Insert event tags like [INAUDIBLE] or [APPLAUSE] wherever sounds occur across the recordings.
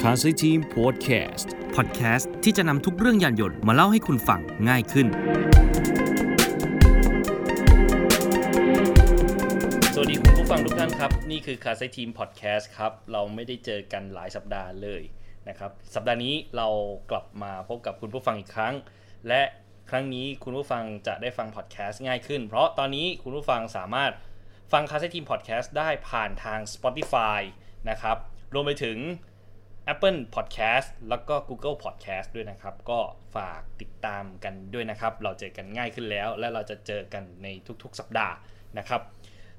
Classy Team Podcast พอดแคสต์ที่จะนำทุกเรื่องยานยนต์มาเล่าให้คุณฟังง่ายขึ้น สวัสดีคุณผู้ฟังทุกท่านครับ นี่คือคาไซทีมพอดแคสต์ครับ เราไม่ได้เจอกันหลายสัปดาห์เลยนะครับ สัปดาห์นี้เรากลับมาพบกับคุณผู้ฟังอีกครั้ง และครั้งนี้คุณผู้ฟังจะได้ฟังพอดแคสต์ง่ายขึ้น เพราะตอนนี้คุณผู้ฟังสามารถฟังคาไซทีมพอดแคสต์ได้ผ่านทาง Spotify นะครับรวมไปถึง Apple Podcast แล้วก็ Google Podcast ด้วยนะครับ ก็ฝากติดตามกันด้วยนะครับ เราเจอกันง่ายขึ้นแล้ว และเราจะเจอกันในทุกๆ สัปดาห์นะครับ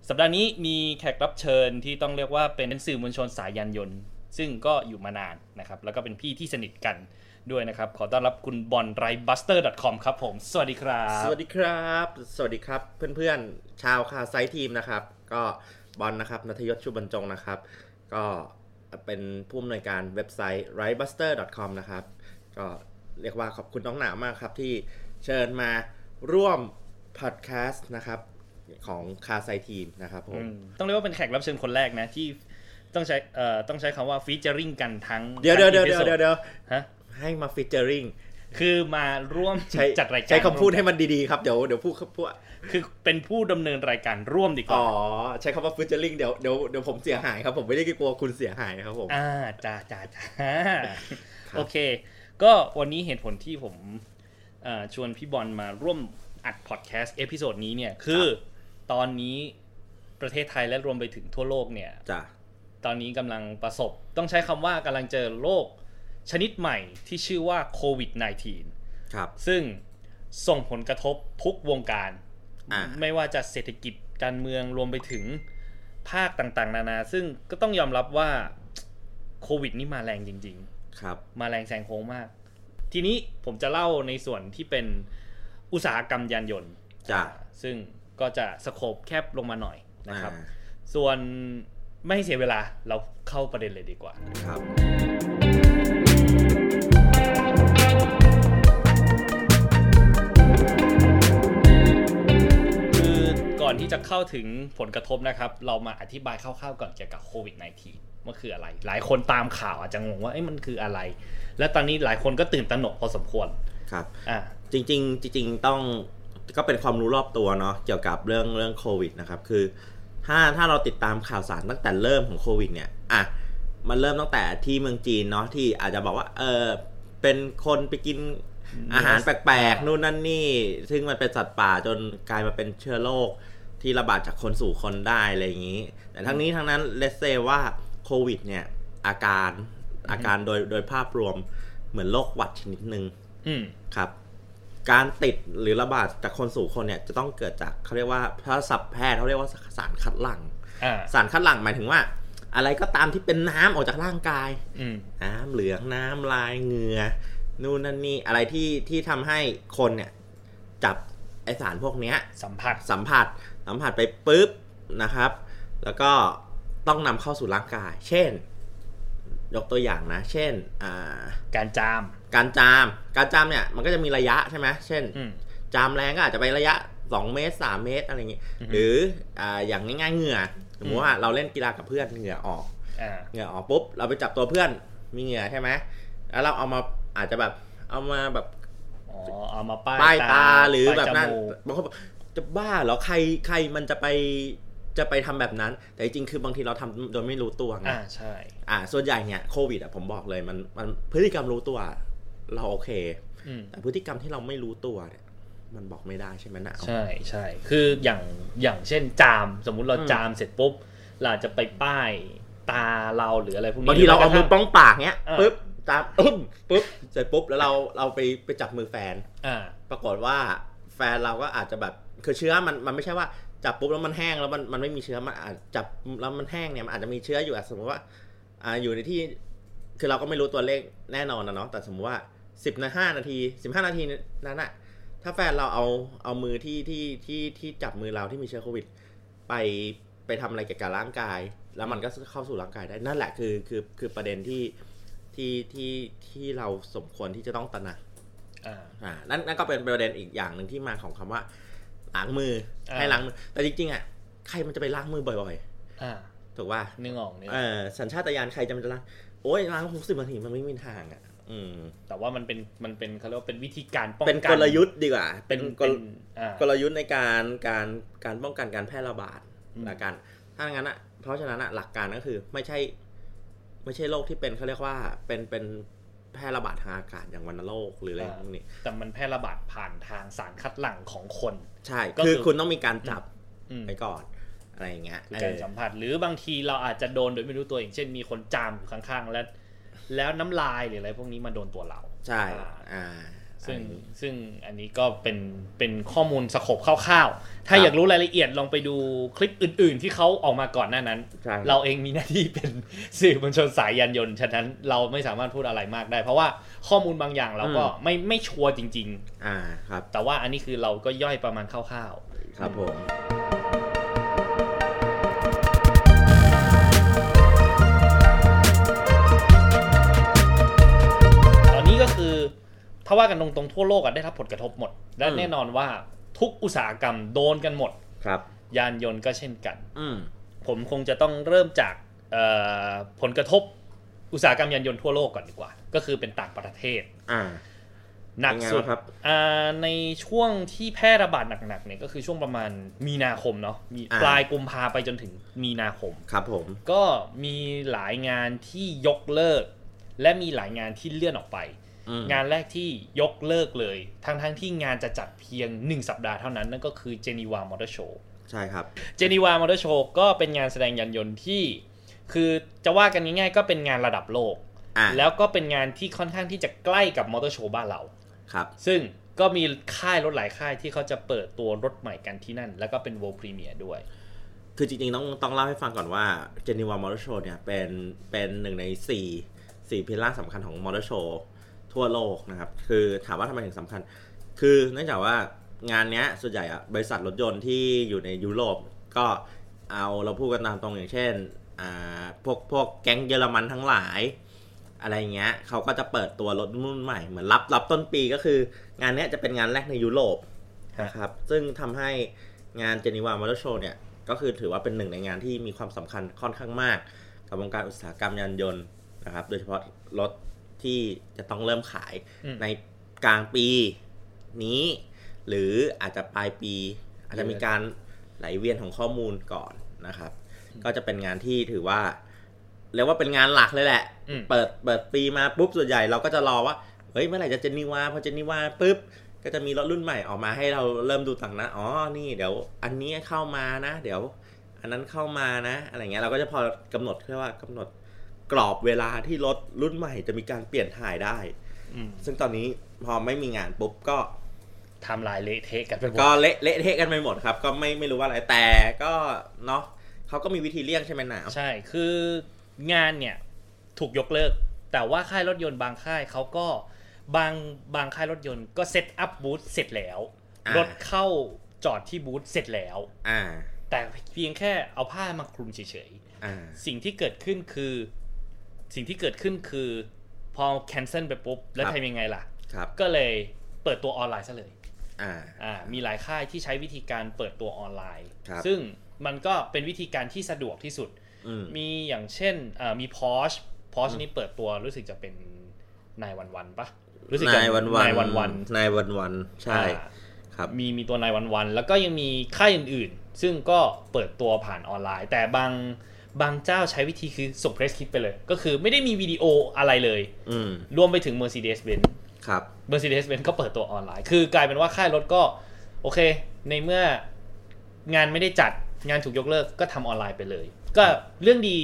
สัปดาห์นี้มีแขกรับเชิญที่ต้องเรียกว่าเป็นสื่อมวลชนสายยานยนต์ ซึ่งก็อยู่มานานนะครับ แล้วก็เป็นพี่ที่สนิทกันด้วยนะครับ ขอต้อนรับคุณบอลไรบัสเตอร์ .com ครับผม สวัสดีครับ สวัสดีครับ สวัสดีครับเพื่อนๆ ชาวคาไซทีมนะครับ ก็บอลนะครับนัทยศชุบรรจงนะครับ ก็เป็นผู้อำนวยการเว็บไซต์ r i g h t b u s t e r c o m นะครับ ก็เรียกว่าขอบคุณน้องหนามากครับ ที่เชิญมาร่วมพอดแคสต์นะครับ ของคาไซทีมนะครับผม ต้องเรียกว่าเป็นแขกรับเชิญคนแรกนะที่ต้องใช้เอ่อต้องใช้คำว่าฟีเจอริงกันทั้ง เดี๋ยวเดี๋ยวเดี๋ยว ทั้ง เดี๋ยว episode เดี๋ยว ฮะ ให้มาฟิเจอริง คือมาร่วม ใช้ จัดรายการ ใช้คำพูดให้มันดีๆครับ เดี๋ยวเดี๋ยวพูดพูด คือเป็นผู้ดำเนินรายการร่วมดีก อ๋ ว่า อใช้คำว่าฟิเจอริงเดี๋ยวเดี๋ยวเดี๋ยวผมเสียหายครับผมไม่ได้กลัวคุณเสียหายนะครับผม อ่าจ้าจ้าจ้า [LAUGHS] ครับ โอเค ก็วันนี้เหตุผลที่ผมเอ่อชวนพี่บอลมาร่วมอัดพอดแคสต์เอพิโซดนี้เนี่ย คือตอนนี้ประเทศไทยและรวมไปถึงทั่วโลกเนี่ย จ้ะ ตอนนี้กำลังประสบ ต้องใช้คำว่ากำลังเจอโรคชนิดใหม่ที่ชื่อว่าโควิด -19 ครับ ซึ่งส่งผลกระทบทุกวงการ อ่า ไม่ว่าจะเศรษฐกิจการเมืองรวมไปถึงภาคต่างๆ นานา ซึ่งก็ต้องยอมรับว่าโควิดนี่มาแรงจริง ๆ ครับ มาแรงแซงโค้งมาก ทีนี้ผมจะเล่าในส่วนที่เป็นอุตสาหกรรมยานยนต์ จ้ะ ซึ่งก็จะสโคบแคบลงมาหน่อยนะครับ อ่า ส่วนไม่ให้เสียเวลาเราเข้าประเด็นเลยดีกว่า ครับ คือก่อนที่จะเข้าถึงผลกระทบนะครับ เรามาอธิบายคร่าวๆก่อนเกี่ยวกับโควิด -19 ว่าคืออะไร หลายคนตามข่าวอาจจะงงว่าเอ้มันคืออะไร และตอนนี้หลายคนก็ตื่นตระหนกพอสมควร ครับ อ่า จริงๆ จริง ๆ ต้องก็เป็นความรู้รอบตัวเนาะเกี่ยวกับเรื่องเรื่องโควิดนะครับ คือ ถ้าถ้าเราติดตามข่าวสารตั้งแต่เริ่มของโควิดเนี่ย อ่ะ มันเริ่มตั้งแต่ที่เมืองจีนเนาะที่อาจจะบอกว่าเออเป็นคนไปกินอาหารแปลกๆนู่นนั่นนี่ ซึ่งมันเป็นสัตว์ป่าจนกลายมาเป็นเชื้อโรคที่ระบาดจากคนสู่คนได้อะไรอย่างนี้ แต่ทั้งนี้ทั้งนั้นเลสเซว่าโควิดเนี่ย อาการอาการโดยโดยภาพรวมเหมือนโรคหวัดชนิดหนึ่ง อืม ครับ การติดหรือระบาดจากคนสู่คนเนี่ยจะต้องเกิดจากเขาเรียกว่าถ้าศัพท์แพทย์เขาเรียกว่าสารคัดหลั่ง อ่า สารคัดหลั่งหมายถึงว่า อะไรก็ตามที่เป็นน้ำออกจากร่างกาย อืม น้ำเหลืองน้ำลายเหงื่อนู่นนั่นนี่อะไรที่ที่ทำให้คนเนี่ยจับไอสารพวกเนี้ย สัมผัส สัมผัสสัมผัสไปปุ๊บนะครับ แล้วก็ต้องนำเข้าสู่ร่างกาย เช่น ยกตัวอย่างนะ เช่นอ่า การจาม การจามการจามเนี่ยมันก็จะมีระยะใช่ไหมเช่น อืม จามแรงก็อาจจะไประยะ 2 เมตร 3 เมตรอะไรอย่างงี้ อือฮึ หรืออ่าอย่างง่ายๆเหงื่อสมมติว่าเราเล่นกีฬากับเพื่อนเหงื่อออก อ่า เหงื่อออกปุ๊บเราไปจับตัวเพื่อนมีเหงื่อใช่ไหมแล้วเราเอามาอาจจะแบบเอามาแบบ อ๋อเอามาป้าย ป้ายตาหรือแบบนั้น ป้ายจมูก บางคนบอกจะบ้าเหรอใครใครมันจะไปจะไปทำแบบนั้น แต่จริงๆคือบางทีเราทำโดยไม่รู้ตัวไง อ่าใช่ อ่าส่วนใหญ่เนี่ยโควิดอ่ะผมบอกเลยมันมันพฤติกรรมรู้ตัวเราโอเค อืม แต่พฤติกรรมที่เราไม่รู้ตัวเนี่ยมันบอกไม่ได้ใช่ไหมนะ ใช่ใช่คืออย่างอย่างเช่นจามสมมุติเรา อืม จามเสร็จปุ๊บเราอาจจะไปป้ายตาเราหรืออะไรพวกนี้ บางทีเราเอามือ หกะทั่ ป้องปากเนี้ย เออ ปุ๊บตามอึ้มปุ๊บเสร็จปุ๊บแล้วเราเราไปไปจับมือแฟน อ่า ปรากฏว่าแฟนเราก็อาจจะแบบคือเชื้อมันมันไม่ใช่ว่าจับปุ๊บแล้วมันแห้งแล้วมันมันไม่มีเชื้อมันอาจจับแล้วมันแห้งเนี่ยมันอาจจะมีเชื้ออยู่อ่ะสมมติว่าอ่าอยู่ในที่คือเราก็ไม่รู้ตัวเลขแน่นอนนะเนาะแต่สมมติว่าสิบนาห้านาทีสิบห้านาทีนั้นอะถ้าแฟนเราเอาเอามือที่ที่ที่ที่จับมือเราที่มีเชื้อโควิด ไปไปทำอะไรเกี่ยวกับร่างกาย แล้วมันก็เข้าสู่ร่างกายได้นั่นแหละคือคือคือประเด็นที่ที่ที่ที่เราสมควรที่จะต้องตระหนัก อ่า อ่านั่นนั่นก็เป็นประเด็นอีกอย่างหนึ่งที่มาของคำว่าล้างมือ อ่า ให้ล้างมือแต่จริงๆอ่ะใครมันจะไปล้างมือบ่อย อ่า ๆ ถูกป่ะ นึกออกเนี่ย เออสัญชาตญาณใครจะมันจะล้างโอ้ยล้างหกสิบนาทีมันไม่มีทางอ่ะ อืม แต่ว่ามันเป็นมันเป็นเขาเรียกว่าเป็นวิธีการป้องกัน เป็นกลยุทธ์ดีกว่า เป็ เป็น น เป็น กล อ่าก ลยุทธ์ในการการการป้องกันการแพร่ระบาดละกัน ถ้างั้นอ่ะ เพราะฉะนั้นอ่ะหลักการก็คือไม่ใช่ ไม่ใช่โรคที่เป็นเขาเรียกว่าเป็นเป็นแพร่ระบาดทางอากาศอย่างวัณโรคหรืออะไรพวกนี้ แต่มันแพร่ระบาดผ่านทางสารคัดหลั่งของคน ใช่ ก็คื คือ อคุณต้องมีการจับ อืม ไปก่อนอะไรอย่างเงี้ย คือการ เออ สัมผัส หรือบางทีเราอาจจะโดนโดยไม่รู้ตัวอย่างเช่น มีคนจามอยู่ข้างๆ แล้ว แล้วน้ำลายหรืออะไรพวกนี้มาโดนตัวเรา ใช่ อ่า ซึ่ง อันนี้ ซึ่งอันนี้ก็เป็นเป็นข้อมูลสโคบคร่าวๆ ถ้าอยากรู้รายละเอียดลองไปดูคลิปอื่นๆ ที่เขาออกมาก่อนหน้านั้น ใช่ เราเองมีหน้าที่เป็น [LAUGHS] สื่อมวลชนสายยานยนต์ ฉะนั้นเราไม่สามารถพูดอะไรมากได้ เพราะว่าข้อมูลบางอย่างเราก็ไม่ไม่ชัวร์จริง อ่า ครับ ๆ แต่ว่าอันนี้คือเราก็ย่อยประมาณคร่าว ครับผม ๆ ตอนนี้ก็คือถ้าว่ากันตรงๆทั่วโลกอะได้รับผลกระทบหมด และ อืม แน่นอนว่าทุกอุตสาหกรรมโดนกันหมด ครับ ยานยนต์ก็เช่นกัน อืม ผมคงจะต้องเริ่มจากเอ่อผลกระทบอุตสาหกรรมยานยนต์ทั่วโลกก่อนดีกว่า ก็คือเป็นต่างประเทศ อ่า หนักสุด เป็นไงบ้างครับ อ่าในช่วงที่แพร่ระบาดหนักๆเนี่ยก็คือช่วงประมาณมีนาคมเนาะมี อ่า ปลายกุมภาไปจนถึงมีนาคม ครับผม ก็มีหลายงานที่ยกเลิก และมีหลายงานที่เลื่อนออกไป อืม งานแรกที่ยกเลิกเลยทั้งๆที่งานจะจัดเพียง 1 สัปดาห์เท่านั้นนั่นก็คือเจนีวามอเตอร์โชว์ ใช่ครับ เจนีวามอเตอร์โชว์ก็เป็นงานแสดงยานยนต์ที่ คือจะว่ากันง่ายๆก็เป็นงานระดับโลก อ่า แล้วก็เป็นงานที่ค่อนข้างที่จะใกล้กับมอเตอร์โชว์บ้านเรา ครับ ซึ่งก็มีค่ายรถหลายค่ายที่เขาจะเปิดตัวรถใหม่กันที่นั่น แล้วก็เป็น World Premiere ด้วย คือจริงๆ ต้องต้องเล่าให้ฟังก่อนว่าเจนีวามอเตอร์โชว์เนี่ยเป็นเป็นหนึ่งในสี่สี่พิลล่าร์สำคัญของมอเตอร์โชว์ทั่วโลกนะครับ คือถามว่าทำไมถึงสำคัญ คือเนื่องจากว่างานเนี้ยส่วนใหญ่อะบริษัทรถยนต์ที่อยู่ในยุโรปก็เอาเราพูดกันตามตรงอย่างเช่นอ่าพวกพวกแก๊งเยอรมันทั้งหลาย อะไรเงี้ยเขาก็จะเปิดตัวรถรุ่นใหม่เหมือนรับรับต้นปีก็คือ งานเนี้ยจะเป็นงานแรกในยุโรป ฮะ นะครับซึ่งทำให้งานเจนีวามอเตอร์โชว์เนี่ย ก็คือถือว่าเป็นหนึ่งในงานที่มีความสำคัญค่อนข้างมาก กับวงการอุตสาหกรรมยานยนต์นะครับ โดยเฉพาะรถที่จะต้องเริ่มขาย อืม ในกลางปีนี้ หรืออาจจะปลายปี อาจจะมีการไหลเวียนของข้อมูลก่อนนะครับ ก็จะเป็นงานที่ถือว่า เรียกว่าเป็นงานหลักเลยแหละ อืม เปิดเปิดปีมาปุ๊บส่วนใหญ่เราก็จะรอว่า เฮ้ยเมื่อไหร่จะเจนีวาพอเจนีวาปุ๊บ ก็จะมีรถรุ่นใหม่ออกมาให้เราเริ่มดูต่างหนะ อ๋อ นี่เดี๋ยว อันนี้เข้ามานะ เดี๋ยว อันนั้นเข้ามานะ อะไรเงี้ยเราก็จะพอกำหนดเรียกว่ากำหนดกรอบเวลาที่รถรุ่นใหม่จะมีการเปลี่ยนถ่ายได้ ซึ่งตอนนี้พอไม่มีงานปุ๊บก็ ไทำลายเละเทะกันไปหมด ก็เละเละเทะกันไปหมดครับ ก็ไม่ไม่รู้ว่าอะไรแต่ก็เนาะเขาก็มีวิธีเลี่ยงใช่ไหมหนาว ใช่คืองานเนี่ยถูกยกเลิก แต่ว่าค่ายรถยนต์บางค่ายเขาก็บางบางค่ายรถยนต์ก็เซตอัพบูธเสร็จแล้ว รถเข้าจอดที่บูธเสร็จแล้ว อ่า แต่เพียงแค่เอาผ้ามาคลุมเฉย อ่า ๆ สิ่งที่เกิดขึ้นคือ สิ่งที่เกิดขึ้นคือ พอแคนเซิลไปปุ๊บ แล้ว ครับ ทำยังไงล่ะ ครับ ก็เลยเปิดตัวออนไลน์ซะเลย อ่า อ่ามีหลายค่ายที่ใช้วิธีการเปิดตัวออนไลน์ ครับ ซึ่งมันก็เป็นวิธีการที่สะดวกที่สุด อืม มีอย่างเช่นเอ่อมี Porsche Porsche นี่เปิดตัวรู้สึกจะเป็นนายวันวันปะรู้สึกจะ นายวันวัน นายวันวัน นายวันวันใช่ อ่า ครับ มีมีตัวนายวันวันๆแล้วก็ยังมีค่ายอื่นๆ ซึ่งก็เปิดตัวผ่านออนไลน์ แต่บางบางเจ้าใช้วิธีคือส่งเพรสคลิปไปเลย ก็คือไม่ได้มีวิดีโออะไรเลย อืม รวมไปถึง Mercedes-Benz ครับ Mercedes-Benz ก็เปิดตัวออนไลน์ คือกลายเป็นว่าค่ายรถก็ โอเค ในเมื่องานไม่ได้จัดงานถูกยกเลิกก็ทำออนไลน์ไปเลย ก็เรื่องดี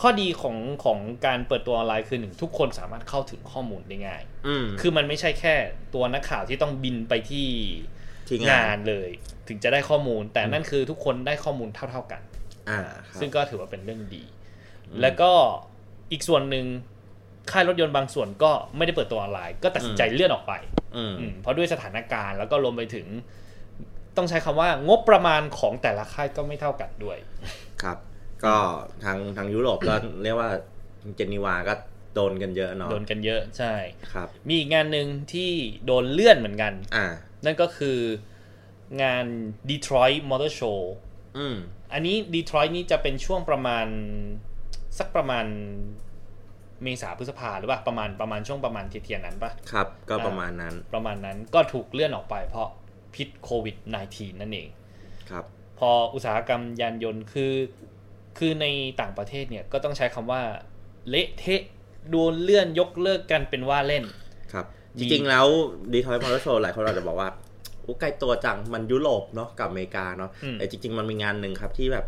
ข้อดีของของการเปิดตัวออนไลน์คือหนึ่งทุกคนสามารถเข้าถึงข้อมูลได้ง่าย อืม คือมันไม่ใช่แค่ตัวนักข่าวที่ต้องบินไปที่ ที่ งานเลย ถึงจะได้ข้อมูล แต่นั่นคือทุกคนได้ข้อมูลเท่า ๆกัน อ่าครับ ซึ่งก็ถือว่าเป็นเรื่องดี อืม แล้วก็อีกส่วนหนึ่งค่ายรถยนต์บางส่วนก็ไม่ได้เปิดตัวออนไลน์ ก็ตัดสินใจเลื่อนออกไป อืม อืมเพราะด้วยสถานการณ์แล้วก็รวมไปถึง ต้องใช้คำว่างบประมาณของแต่ละค่ายก็ไม่เท่ากันด้วย ครับ ก็ทางทางยุโรป [COUGHS] ก็ เรียกว่าเจนีวาก็โดนกันเยอะเนาะ โดนกันเยอะใช่ ครับ มีอีกงานหนึ่งที่โดนเลื่อนเหมือนกัน อ่า นั่นก็คืองาน Detroit Motor Show อืม อันนี้ดีทรอยต์นี่จะเป็นช่วงประมาณสักประมาณเมษาพฤษภาหรือเปล่าประมาณประมาณช่วงประมาณเทียนๆนั้นปะ ครับ ก็ อ่า ประมาณนั้น ประมาณนั้นก็ถูกเลื่อนออกไปเพราะพิษโควิด -19 นั่นเอง ครับ พออุตสาหกรรมยานยนต์คือคือในต่างประเทศเนี่ยก็ต้องใช้คำว่า เละเทะโดนเลื่อนยกเลิกกันเป็นว่าเล่น ครับ มี จริง ๆ แล้วดีทอยมอเตอร์โชว์หลายคนอาจจะบอกว่าโอ้ไกลตัวจังมันยุโรปเนาะกับอเมริกาเนาะ อืม แต่จริง ๆ มันมีงานหนึ่งครับที่แบบ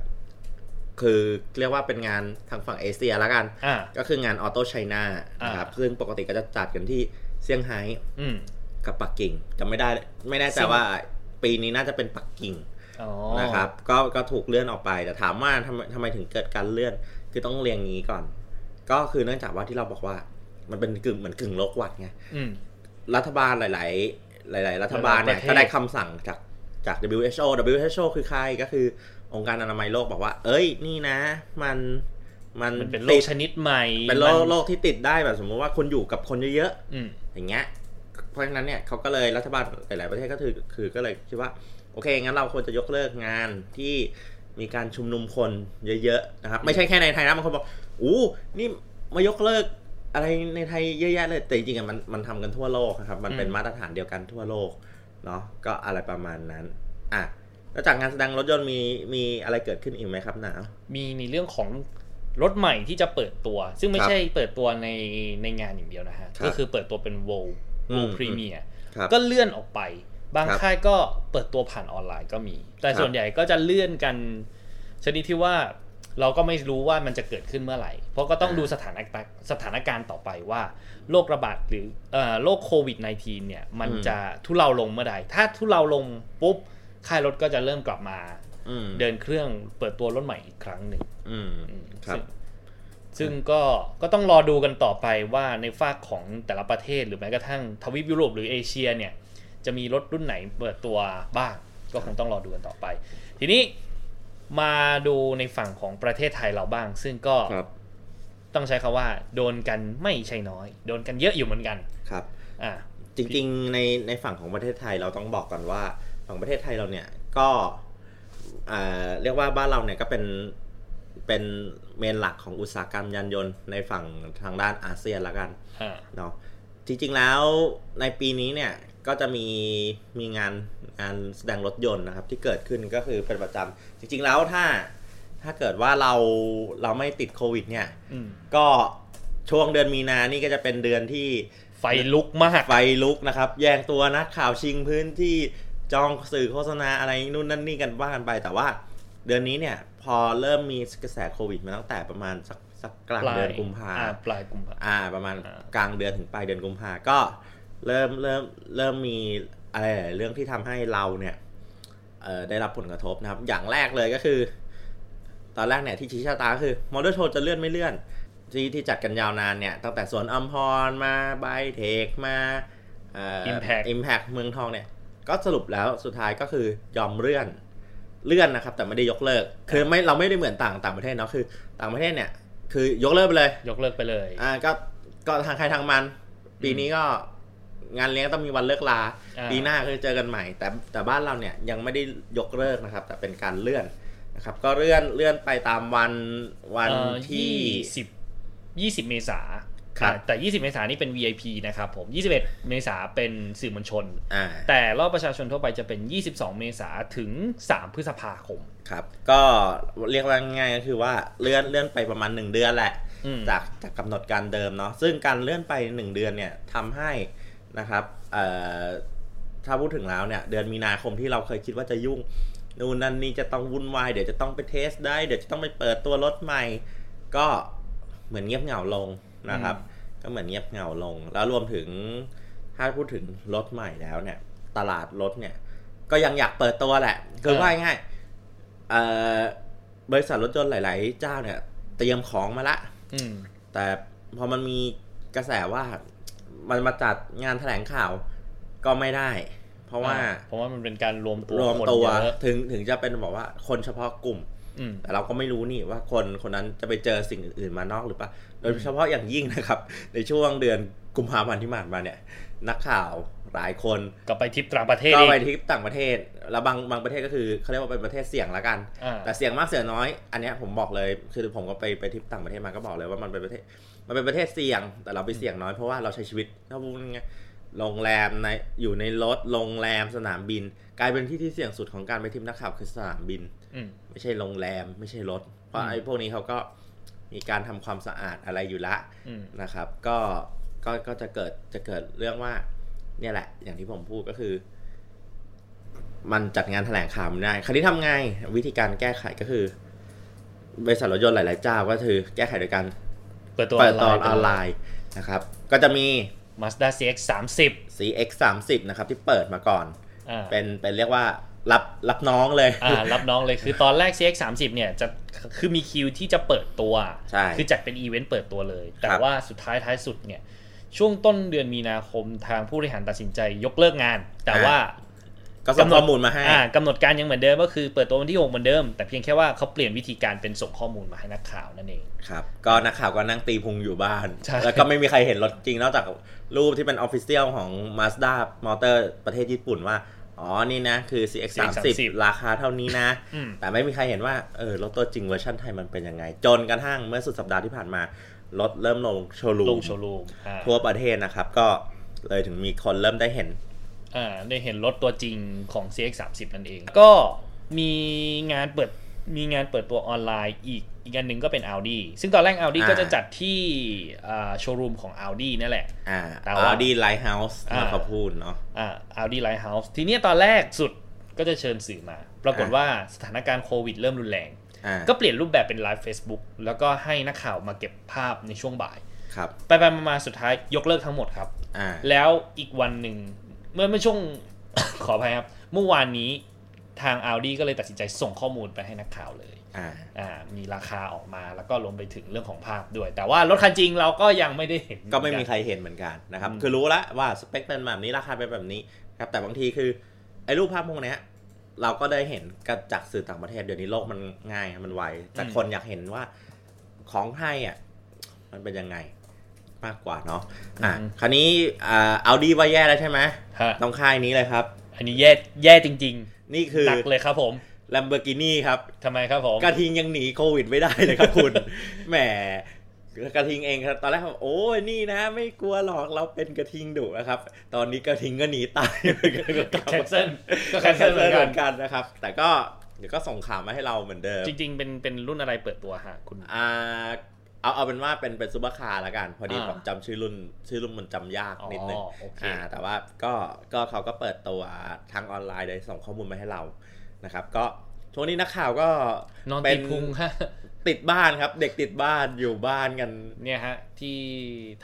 คือเรียกว่าเป็นงานทางฝั่งเอเชียละกัน อ่า ก็คืองานออโต c ไชน่านะครับ อ่า ซึ่งปกติก็จะจัดกันที่เซี่ยงไฮ้ อืม กับปักกิ่งจะไม่ได้ ไม่แน่ใจ เซี่ยง ว่าปีนี้น่าจะเป็นปักกิ่ง อ๋อ นะครับก็ก็ถูกเลื่อนออกไปแต่ถามว่าทำไมทำไมถึงเกิดการเลื่อนคือต้องเรียงงี้ก่อน ก็คือเนื่องจากว่าที่เราบอกว่า มันเป็นกึ่งเหมือนกึ่งโลกวัดไง อืม รัฐบาลหลาย ๆ หลาย ๆ รัฐบาลเนี่ย หลายๆประเทศ ก็ได้คำสั่งจากจาก WHO WHO คือใครก็คือองค์การอนามัยโลกบอกว่า เอ้ยนี่นะ มันมัน มันเป็นโร ติ ค ด ชนิดใหม่ เป็นโรค มั โรคที่ติดได้แบบสมมติว่าคนอยู่กับคนเยอะ ๆ อืม อย่างเงี้ย เพราะฉะนั้นเนี่ยเขาก็เลยรัฐบาลหลาย ๆ ประเทศก็คือคือก็เลยคิดว่า โอเค งั้นเราควรจะยกเลิกงานที่มีการชุมนุมคนเยอะ ๆ นะครับ ไม่ใช่แค่ในไทยนะบางคนบอกอู้นี่มายกเลิกอะไรในไทยเยอะแยะเลย แต่จริงๆอะมันมันทำกันทั่วโลกนะครับ มันเป็น อืม มาตรฐานเดียวกันทั่วโลกเนาะก็อะไรประมาณนั้นอ่ะแล้วจากงานแสดงรถยนต์มีมีอะไรเกิดขึ้นอีกไหมครับหนาว มีในเรื่องของรถใหม่ที่จะเปิดตัว ซึ่งไม่ ครับ ใช่เปิดตัวในในงานอย่างเดียวนะฮะ ครับ ก็คือเปิดตัวเป็นโวล อื โว ม พรีเมียร์ ครับ ก็เลื่อนออกไป บาง ครับ ค่ายก็เปิดตัวผ่านออนไลน์ก็มี แต่ ครับ ส่วนใหญ่ก็จะเลื่อนกันชนิดที่ว่าเราก็ไม่รู้ว่ามันจะเกิดขึ้นเมื่อไหร่ เพราะก็ต้องดูสถานการณ์สถานการณ์ต่อไปว่าโรคระบาดหรือเอ่อโรคโควิด -19 เนี่ยมันจะทุเลาลงเมื่อใด ถ้าทุเลาลงปุ๊บค่ายรถก็จะเริ่มกลับมา อืม เดินเครื่องเปิดตัวรถใหม่อีกครั้งหนึ่ง อืม อืม ครับ ซึ่งซึ่งก็ก็ต้องรอดูกันต่อไปว่าในฝากของแต่ละประเทศหรือแม้กระทั่งทวีปยุโรปหรือเอเชียเนี่ย จะมีรถรุ่นไหนเปิดตัวบ้าง ก็คงต้องรอดูกันต่อไป ทีนี้มาดูในฝั่งของประเทศไทยเราบ้าง ซึ่งก็ ครับ ต้องใช้คำว่า โดนกันไม่ใช่น้อย โดนกันเยอะอยู่เหมือนกัน ครับ อ่า จริงๆในในฝั่งของประเทศไทยเราต้องบอกก่อนว่าฝั่งประเทศไทยเราเนี่ยก็เอ่อเรียกว่าบ้านเราเนี่ยก็เป็นเป็นเมนหลักของอุตสาหกรรมยานยนต์ในฝั่งทางด้านอาเซียนละกัน อ่า เนาะจริงๆแล้วในปีนี้เนี่ยก็จะมีมีงานงานแสดงรถยนต์นะครับที่เกิดขึ้นก็คือเป็นประจำจริงๆแล้วถ้าถ้าเกิดว่าเราเราไม่ติดโควิดเนี่ย อืม ก็ช่วงเดือนมีนานี่ก็จะเป็นเดือนที่ ไฟลุกมาก [LAUGHS] ไฟลุกนะครับ แย่งตัวนักข่าวชิงพื้นที่จองสื่อโฆษณาอะไรนู่นนั่นนี่กันว่ากันไป แต่ว่าเดือนนี้เนี่ยพอเริ่มมีกระแสโควิดมาตั้งแต่ประมาณสักสักกลาง ปลาย เดือนกุมภา อ่ปลายกุมภา อ่าประมาณ อ่าก ลางเดือนถึงปลายเดือนกุมภาก็เริ่มเริ่มเริ่มมีอะไรหลายๆเรื่องที่ทำให้เราเนี่ยเอ่อได้รับผลกระทบนะครับ อย่างแรกเลยก็คือ ตอนแรกเนี่ยที่ชี้ชะตาคือมอเตอร์โชว์จะเลื่อนไม่เลื่อน ที่ที่จัดกันยาวนานเนี่ยตั้งแต่สวนอัมพรมาไบเทคมาเอ่อ Impact Impact เมืองทองเนี่ย ก็สรุปแล้วสุดท้ายก็คือยอมเลื่อนเลื่อนนะครับ แต่ไม่ได้ยกเลิก คือไม่เราไม่ได้เหมือนต่างต่างประเทศเนาะคือ ต่างประเทศเนี่ย คือยกเลิกไปเลย ยกเลิกไปเลย อ่าก็ก็ทางใครทางมัน ปีนี้ก็งานเลี้ยงต้องมีวันเลิกลา อ่า ปีหน้าก็จะเจอกันใหม่ แต่แต่บ้านเราเนี่ยยังไม่ได้ยกเลิกนะครับ แต่เป็นการเลื่อนนะครับ ก็เลื่อนเลื่อนไปตามวันวัน เอ่อ ที่ สิบยี่สิบเมษา ครับ แต่แต่20 เมษานี่เป็น VIP นะครับผม 21 เมษาเป็นสื่อมวลชน อ่า แต่รอบประชาชนทั่วไปจะเป็น 22 เมษาถึง 3 พฤษภาคม ครับ ก็เรียกว่าง่ายๆก็คือว่าเลื่อนเลื่อนไปประมาณหนึ่งเดือนแหละ อืม จากจากกำหนดการเดิมเนาะซึ่งการเลื่อนไปหนึ่งเดือนเนี่ยทำให้นะครับเอ่อถ้าพูดถึงแล้วเนี่ยเดือนมีนาคมที่เราเคยคิดว่าจะยุ่งนู่นนั่นนี่จะต้องวุ่นวายเดี๋ยวจะต้องไปเทสได้เดี๋ยวจะต้องไปเปิดตัวรถใหม่ ก็เหมือนเงียบเหงาลงนะครับ ก็เหมือนเงียบเหงาลง แล้วรวมถึงถ้าพูดถึงรถใหม่แล้วเนี่ย ตลาดรถเนี่ย ก็ยังอยากเปิดตัวแหละคือ เออ ว่าง่ายๆเอ่อบริษัทรถยนต์หลาย ๆ เจ้าเนี่ยเตรียมของมาละ อืม แต่พอมันมีกระแสว่ามันมาจัดงานแถลงข่าวก็ไม่ได้ เพราะว่า อ่เพราะว่ามันเป็นการรวมตัว รวม คน ตัว เยอะ ถึงถึงจะเป็นบอกว่าคนเฉพาะกลุ่ม อืม แต่เราก็ไม่รู้นี่ว่าคนคนนั้นจะไปเจอสิ่งอื่นๆมานอกหรือเปล่าโดยเฉพาะอย่างยิ่งนะครับ ในช่วงเดือน กุมภาพันธ์ที่ผ่านมาเนี่ย นักข่าวหลายคน ก็ไปทริปต่างประเทศ ก็ อีก ไปที่ต่างประเทศ แล้วบางบางประเทศก็คือเขาเรียกว่าเป็นประเทศเสี่ยงละกัน อ่า แต่เสี่ยงมากเสี่ยงน้อย อันเนี้ยผมบอกเลย คือผมก็ไปไปทริปต่างประเทศมาก็บอกเลยว่ามันเป็นประเทศ มันเป็นประเทศเสี่ยง แต่เราไปเสี่ยงน้อยเพราะว่าเราใช้ชีวิตถ้าพูดง่ายๆโรงแรมในอยู่ในรถโรงแรมสนามบิน กลายเป็นที่ที่เสี่ยงสุดของการไปทริปนักข่าวคือสนามบิน อืม ไม่ใช่โรงแรมไม่ใช่รถ เพราะ อืม ไอ้พวกนี้เขาก็มีการทำความสะอาดอะไรอยู่ละ อืม นะครับก็ก็ก็จะเกิดจะเกิดเรื่องว่า เนี่ยแหละ อย่างที่ผมพูดก็คือ มันจัดงานแถลงข่าวไม่ได้คราวนี้ทำไงวิธีการแก้ไขก็คือบริษัทรถยนต์หลาย ๆ เจ้าก็คือ แก้ไขโดยการ เปิดตัว เปิดตอนออนไลน์นะครับ ก็จะมี มาสด้า CX 30 CX 3 0นะครับ ที่เปิดมาก่อน อ่า เป็นเป็นเรียกว่ารับรับน้องเลย อ่า รับน้องเลยคือตอนแรก CX 30เนี่ยจะคือมีคิวที่จะเปิดตัว ใช่ คือจัดเป็นอีเวนต์เปิดตัวเลย แต่ ครับ ว่าสุดท้ายท้ายสุดเนี่ย ช่วงต้นเดือนมีนาคมทางผู้บริหารตัดสินใจยกเลิกงาน แต่ว่า ก็ส่งข้อมูลมาให้ อ่ากำหนดการยังเหมือนเดิมก็คือเปิดตัววันที่ 6 เหมือนเดิม แต่เพียงแค่ว่าเขาเปลี่ยนวิธีการเป็นส่งข้อมูลมาให้นักข่าวนั่นเอง ครับก็นักข่าวก็นั่งตีพุงอยู่บ้าน ใช่ แล้วก็ไม่มีใครเห็นรถจริงนอกจากรูปที่เป็นออฟฟิเชียลของ Mazda Motor ประเทศญี่ปุ่นว่า อ๋อ นี่นะ คือ CX 3 0 ราคาเท่านี้ [LAUGHS] นะ อืม แต่ไม่มีใครเห็นว่า เออ รถตัวจริงเวอร์ชันไทยมันเป็นยังไง จนกระทั่งเมื่อสุดสัปดาห์ที่ผ่านมา รถเริ่มลงโชว์รู ล ม งโชว์รูมอ่า ทั่วประเทศนะครับ ก็เลยถึงมีคนเริ่มได้เห็น อ่าได้เห็นรถตัวจริงของ CX 3 0นั่นเอง ก็มีงานเปิดมีงานเปิดตัวออนไลน์อีกอีกอันหนึ่งก็เป็น Audi ซึ่งตอนแรก Audi อ่า ก็จะจัดที่อ่าโชว์รูมของ Audi นั่นแหละ อ่า แต่ว่า Audi Lighthouse อ่า นะครับพูดเนาะ อ่า Audi Lighthouse ทีเนี้ยตอนแรกสุดก็จะเชิญสื่อมา ปรากฏ อ่า ว่าสถานการณ์โควิดเริ่มรุนแรง อ่า ก็เปลี่ยนรูปแบบเป็นไลฟ์ Facebook แล้วก็ให้นักข่าวมาเก็บภาพในช่วงบ่าย ครับ ไปไปมามาสุดท้ายยกเลิกทั้งหมดครับ อ่า แล้วอีกวันหนึ่งเมื่อเมื่อช่วง [COUGHS] ขออภัยครับ เมื่อวานนี้ทาง Audi ก็เลยตัดสินใจส่งข้อมูลไปให้นักข่าวเลย อ่า อ่ามีราคาออกมาแล้วก็รวมไปถึงเรื่องของภาพด้วย แต่ว่ารถคันจริงเราก็ยังไม่ได้เห็น ก็ไม่มีใครเห็นเหมือนกันนะครับ อืม คือรู้ละว่าสเปคเป็นแบบนี้ราคาเป็นแบบนี้ครับ แต่บางทีคือไอ้รูปภาพพวกเนี้ยเราก็ได้เห็นกันจากสื่อต่างประเทศเดี๋ยวนี้โลกมันง่ายมันไวแต่คนอยากเห็นว่าของไทยอ่ะมันเป็นยังไงมากกว่าเนาะอ่ะคราวนี้อ่าเอาดีว่าแย่แล้วใช่ไหม ฮะ ต้องค่ายนี้เลยครับ อันนี้แย่แย่จริง นี่คืๆอหนักเลยครับผม Lamborghini ครับ ทำไมครับผม กระทิงยังหนีโควิดไม่ได้เลยครับคุณ [LAUGHS] แหมกระทิงเองครับตอนแรกเขาโอ้ยนี่นะ ไม่กลัวหรอกเราเป็นกระทิงดุนะครับ ตอนนี้กระทิงก็หนีตายเหมือนกัน ก็แคนเซิลก็ ก็ แคนเซิลเหมือนกัน กันนะครับ แต่ก็เดี๋ยวก็ส่งข่าวมาให้เราเหมือนเดิม จริง ๆ เป็นเป็นรุ่นอะไรเปิดตัวฮะคุณ อ่าเอาเอาเป็นว่าเป็นเป็นซูเปอร์คาร์ละกัน พอดี อ่า ผมจำชื่อรุ่นชื่อรุ่นมันจำยาก อ๋อ นิดนึง โอเค อ่าแต่ว่าก็ก็เขาก็เปิดตัวทางออนไลน์โดยส่งข้อมูลมาให้เรานะครับ ก็ช่วงนี้นักข่าวก็ นอน เป็ ติดพุงฮะ [LAUGHS] ติดบ้านครับ เด็กติดบ้านอยู่บ้านกัน เนี่ยฮะ ที่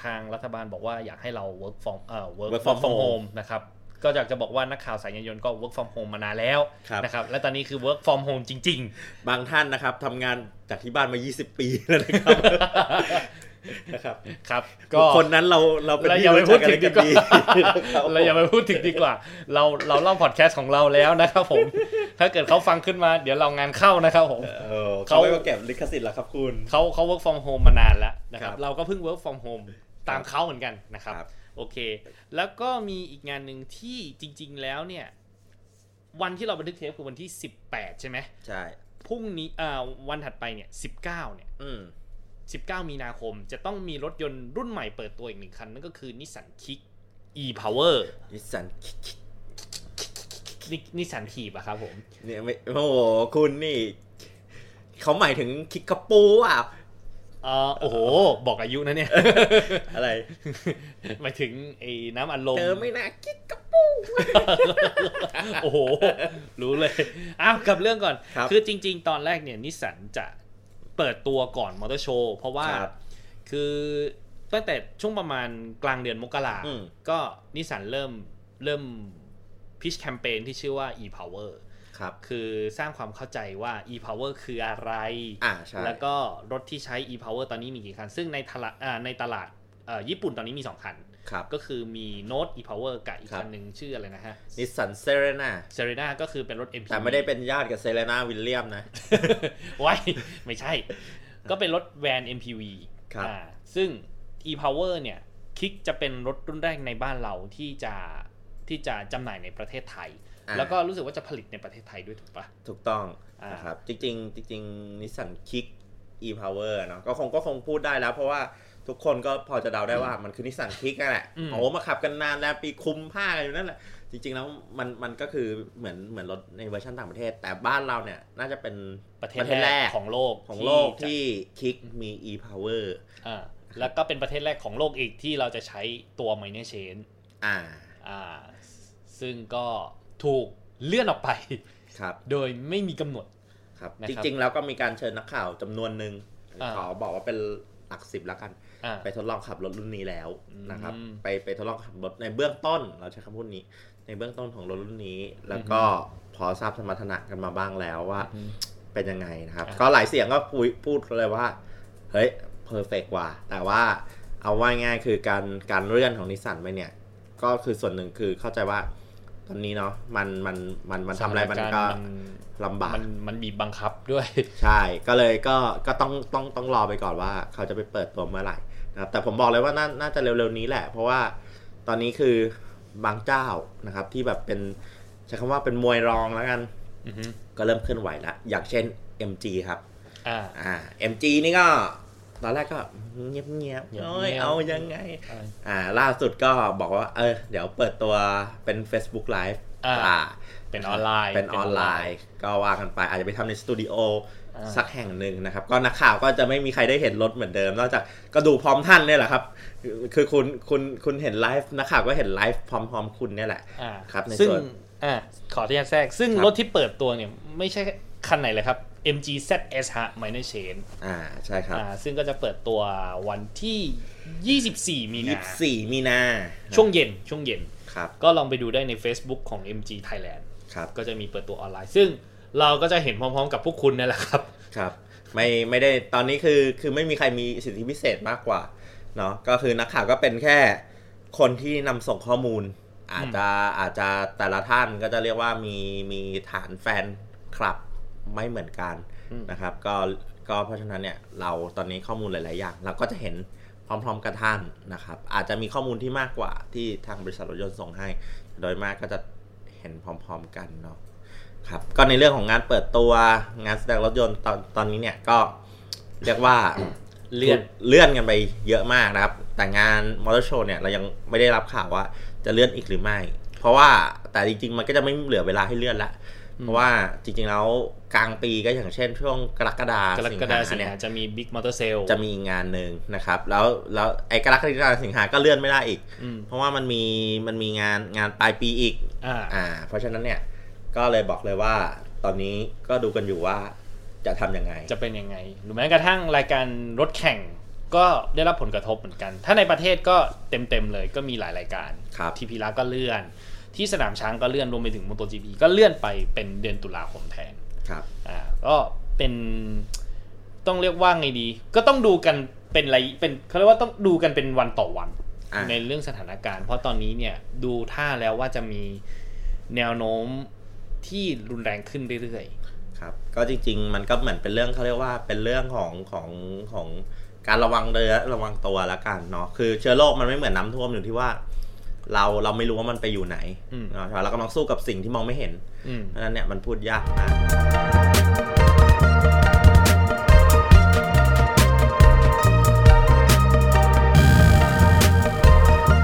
ทางรัฐบาลบอกว่าอยากให้เรา work from เอ่อ work, Work from work from home home นะครับก็อยากจะบอกว่านักข่าวสายยานยนต์ก็ work from home มานานแล้ว ครับ [LAUGHS] นะครับและตอนนี้คือ work from home จริง บางท่านนะครับทำงานจากที่บ้านมา 20 ปีแล้วนะครับ นะครับ ๆ ครับ ก็ ก็ คนนั้นเราเราเป็น เรา ที่ อย่าไปพูดถึง รู้ ดีกจัว่า ครับ [LAUGHS] เราอย่าไปพูดถึงดีกว่า เราเราเล่าพอดแคสต์ของเราแล้วนะครับผม [LAUGHS] ถ้าเกิดเขาฟังขึ้นมาเดี๋ยวเรางานเข้านะครับผม เออเขาไม่มาเก็บลิขสิทธิ์หรอกครับคุณ เขาเขา work from home มานานแล้วนะครับ ครับ เราก็เพิ่ง work from home ตามเขาเหมือนกันนะครับ ครับ โอเค แล้วก็มีอีกงานหนึ่งที่จริง ๆ แล้วเนี่ย วันที่เราบันทึกเทปคือวันที่ 18 ใช่ไหม ใช่ พรุ่งนี้อ่าวันถัดไปเนี่ย19เนี่ย อืม 19 มีนาคมจะต้องมีรถยนต์รุ่นใหม่เปิดตัวอีกหนึ่งคัน นั่นก็คือนิสสันคิก e [LAUGHS] power นิสสัน นิสสันทีบอะครับผม เนี่ยไม่โอ้โหคุณนี่ เขาหมายถึงคิกกระปูอ่ะ เอ่อโอ้โห บอกอายุนะเนี่ย อะไร หมายถึงไอ้น้ำอัดลม เจอไม่น่าคิกกระปู [LAUGHS] โอ้โห รู้เลย อ้าวกลับเรื่องก่อน ครับ คือจริง ๆ ตอนแรกเนี่ยนิสสันจะเปิดตัวก่อนมอเตอร์โชว์เพราะว่า ครับ คือตั้งแต่ช่วงประมาณกลางเดือนมกรา อืม ก็นิสสันเริ่มเริ่มพิชแคมเปญที่ชื่อว่า e-power ครับ คือสร้างความเข้าใจว่า e-power คืออะไร อ่าใช่ แล้วก็รถที่ใช้ e-power ตอนนี้มีกี่คัน ซึ่งในตลาดอ่าในตลาดเอ่อญี่ปุ่นตอนนี้มี 2 คัน ครับ ก็คือมี Note e-power กับอีก ครับ คันหนึ่งชื่ออะไรนะฮะ นิสสันเซเรนา เซเรนาก็คือเป็นรถ MPV แต่ไม่ได้เป็นญาติกับเซเรนาวิลเลียมนะ [LAUGHS] ไว้ไม่ใช่ ก็เป็นรถแวน MPV ครับ อ่าซึ่ง e-power เนี่ย คิกจะเป็นรถรุ่นแรกในบ้านเราที่จะที่จะจำหน่ายในประเทศไทย อ่า แล้วก็รู้สึกว่าจะผลิตในประเทศไทยด้วยถูกปะ ถูกต้อง อ่าน นะครับจริงๆ จริงๆนิสสันคิก e power เนอะก็คงก็คงพูดได้แล้ว เพราะว่าทุกคนก็พอจะเดาได้ว่ามันคือนิสสันคิกนั่นแหละ อืม โอ้มาขับกันนานแล้วปีคุมผ้ากันอยู่นั่นแหละ จริงๆแล้วมันมันก็คือเหมือนเหมือนรถในเวอร์ชันต่างประเทศ แต่บ้านเราเนี่ยน่าจะเป็น ประเทศ ประเทศ แร แรก กของโลก ของโลกที่คิกมี e power อ่าแล้วก็เป็นประเทศแรกของโลกอีกที่เราจะใช้ตัวไมเนเชน อ่า อ่าซึ่งก็ถูกเลื่อนออกไป [LAUGHS] ครับ โดยไม่มีกำหนด ครับ นะครับ จริงๆแล้วก็มีการเชิญนักข่าวจำนวนหนึ่ง อ่า ขอบอกว่าเป็นหลักสิบแล้วกัน อ่า ไปทดลองขับรถรุ่นนี้แล้วนะครับ อืม ไปไปทดลองขับรถในเบื้องต้น เราใช้คำพูดนี้ ในเบื้องต้นของรถรุ่นนี้ แล้วก็พอทราบสมรรถนะกันมาบ้างแล้วว่า อืม เป็นยังไงนะครับ อ่ะ ก็หลายเสียงก็พูดพูดเลยว่า เฮ้ยเพอร์เฟกว่า แต่ว่าเอาว่าง่ายคือการการเลื่อนของนิสสันไปเนี่ย ก็คือส่วนหนึ่งคือเข้าใจว่าตอนนี้เนาะมันมันมันมันทำอะไรมันก็ สถาารณ์ ลำบาก มันมันมีบบังคับด้วย ใช่ ก็เลยก็ก็ต้องต้องต้องรอไปก่อนว่าเขาจะไปเปิดตัวเมื่อไหร่นะครับแต่ผมบอกเลยว่าน่าน่าจะเร็วๆนี้แหละ เพราะว่าตอนนี้คือบางเจ้านะครับที่แบบเป็นใช้คำว่าเป็นมวยรองแล้วกัน อือฮึ ก็เริ่มเคลื่อนไหวแล้ว อย่างเช่น MG ครับ อ่า อ่า MG นี่ก็ ตอนแรกก็เงียบเงียบๆโอ้ยเอายังไง อ่า อ่า ล่าสุดก็บอกว่า เออ เดี๋ยวเปิดตัวเป็น Facebook Live อ่า อ่า เป็นออนไลน์ เป็นออนไลน์ก็ว่ากันไปอาจจะไปทำในสตูดิโอ อ่า สักแห่งหนึ่งนะครับ ก็นักข่าวก็จะไม่มีใครได้เห็นรถเหมือนเดิม นอกจากก็ดูพร้อมท่านเนี่ยแหละครับ คือคือคุณคุณคุณเห็นไลฟ์นักข่าวก็เห็นไลฟ์พร้อมๆคุณเนี่ยแหละ อ่า ครับใน ซึ่ง ส่วน อ่าขออนุญาตแทรก ซึ่ง ครับ รถที่เปิดตัวเนี่ย ไม่ใช่คันไหนเลยครับ MG ZS ฮะ minor chain อ่าใช่ครับ อ่าซึ่งก็จะเปิดตัววันที่ 24 มี ยี่ นา สิบสี่มีนา ช่วงเย็นช่วงเย็น ครับ ก็ลองไปดูได้ใน Facebook ของ MG Thailand ครับ ก็จะมีเปิดตัวออนไลน์ ซึ่งเราก็จะเห็นพร้อมๆ กับพวกคุณนั่นแหละครับ ครับ ไม่ไม่ได้ตอนนี้คือคือไม่มีใครมีสิทธิพิเศษมากกว่าเนาะก็คือนักข่าวก็เป็นแค่คนที่นำส่งข้อมูล อาจจะอาจจะแต่ละท่านก็จะเรียกว่ามีมีฐานแฟนคลับไม่เหมือนกัน อืม นะครับ ก็ก็เพราะฉะนั้นเนี่ยเราตอนนี้ข้อมูลหลาย ๆ อย่าง เราก็จะเห็นพร้อม ๆ กับท่านนะครับ อาจจะมีข้อมูลที่มากกว่าที่ทางบริษัทรถยนต์ส่งให้ โดยมากก็จะเห็นพร้อม ๆ กันเนาะครับก็ในเรื่องของงานเปิดตัวงานแสดงรถยนต์ตอนตอนนี้เนี่ยก็เรียกว่า เลื่อน เลื่อนกันไปเยอะมากนะครับ แต่งานมอเตอร์โชว์เนี่ยเรายังไม่ได้รับข่าวว่าจะเลื่อนอีกหรือไม่ เพราะว่าแต่จริงๆ มันก็จะไม่เหลือเวลาให้เลื่อนละ เพราะว่าจริงๆแล้วกลางปีก็อย่างเช่นช่วงกรกฎาก ร สิง กฎาคมสิ หาง เนี่ย หาจะมี Big Motor Sale จะมีงานหนึ่งนะครับ แล้วแล้วไอ้กรกฎาสิงหาก็เลื่อนไม่ได้อีก อืม เพราะว่ามันมีมันมีงานงานปลายปีอีก อ่า อ่า เพราะฉะนั้นเนี่ยก็เลยบอกเลยว่าตอนนี้ก็ดูกันอยู่ว่าจะทำยังไง จะเป็นยังไง หรือแม้กระทั่งรายการรถแข่งก็ได้รับผลกระทบเหมือนกัน ถ้าในประเทศก็เต็มๆเลยก็มีหลายรายการ ครับ ที่พีลาก็เลื่อน ที่สนามช้างก็เลื่อนรวมไปถึงม o ต o GP ก็เลื่อนไปเป็นเดือนตุลาคมแทน ครับ อ่าก็เป็นต้องเรียกว่าไงดี ก็ต้องดูกันเป็นไรเป็นเขาเรียกว่าต้องดูกันเป็นวันต่อวัน อ่า ในเรื่องสถานการณ์ เพราะตอนนี้เนี่ยดูท่าแล้วว่าจะมีแนวโน้มที่รุนแรงขึ้นเรื่อย ครับก็จริงๆ มันก็เหมือนเป็นเรื่องเขาเรียกว่าเป็นเรื่องของของของการระวังเรือระวังตัวละกันเนาะคือเชื้อโรคมันไม่เหมือนน้ำท่วมอยู่ที่ว่า เราเราไม่รู้ว่ามันไปอยู่ไหน ๆ อืม เนาะแต่เรากำลังสู้กับสิ่งที่มองไม่เห็น อืม เพราะฉะนั้นเนี่ยมันพูดยากมาก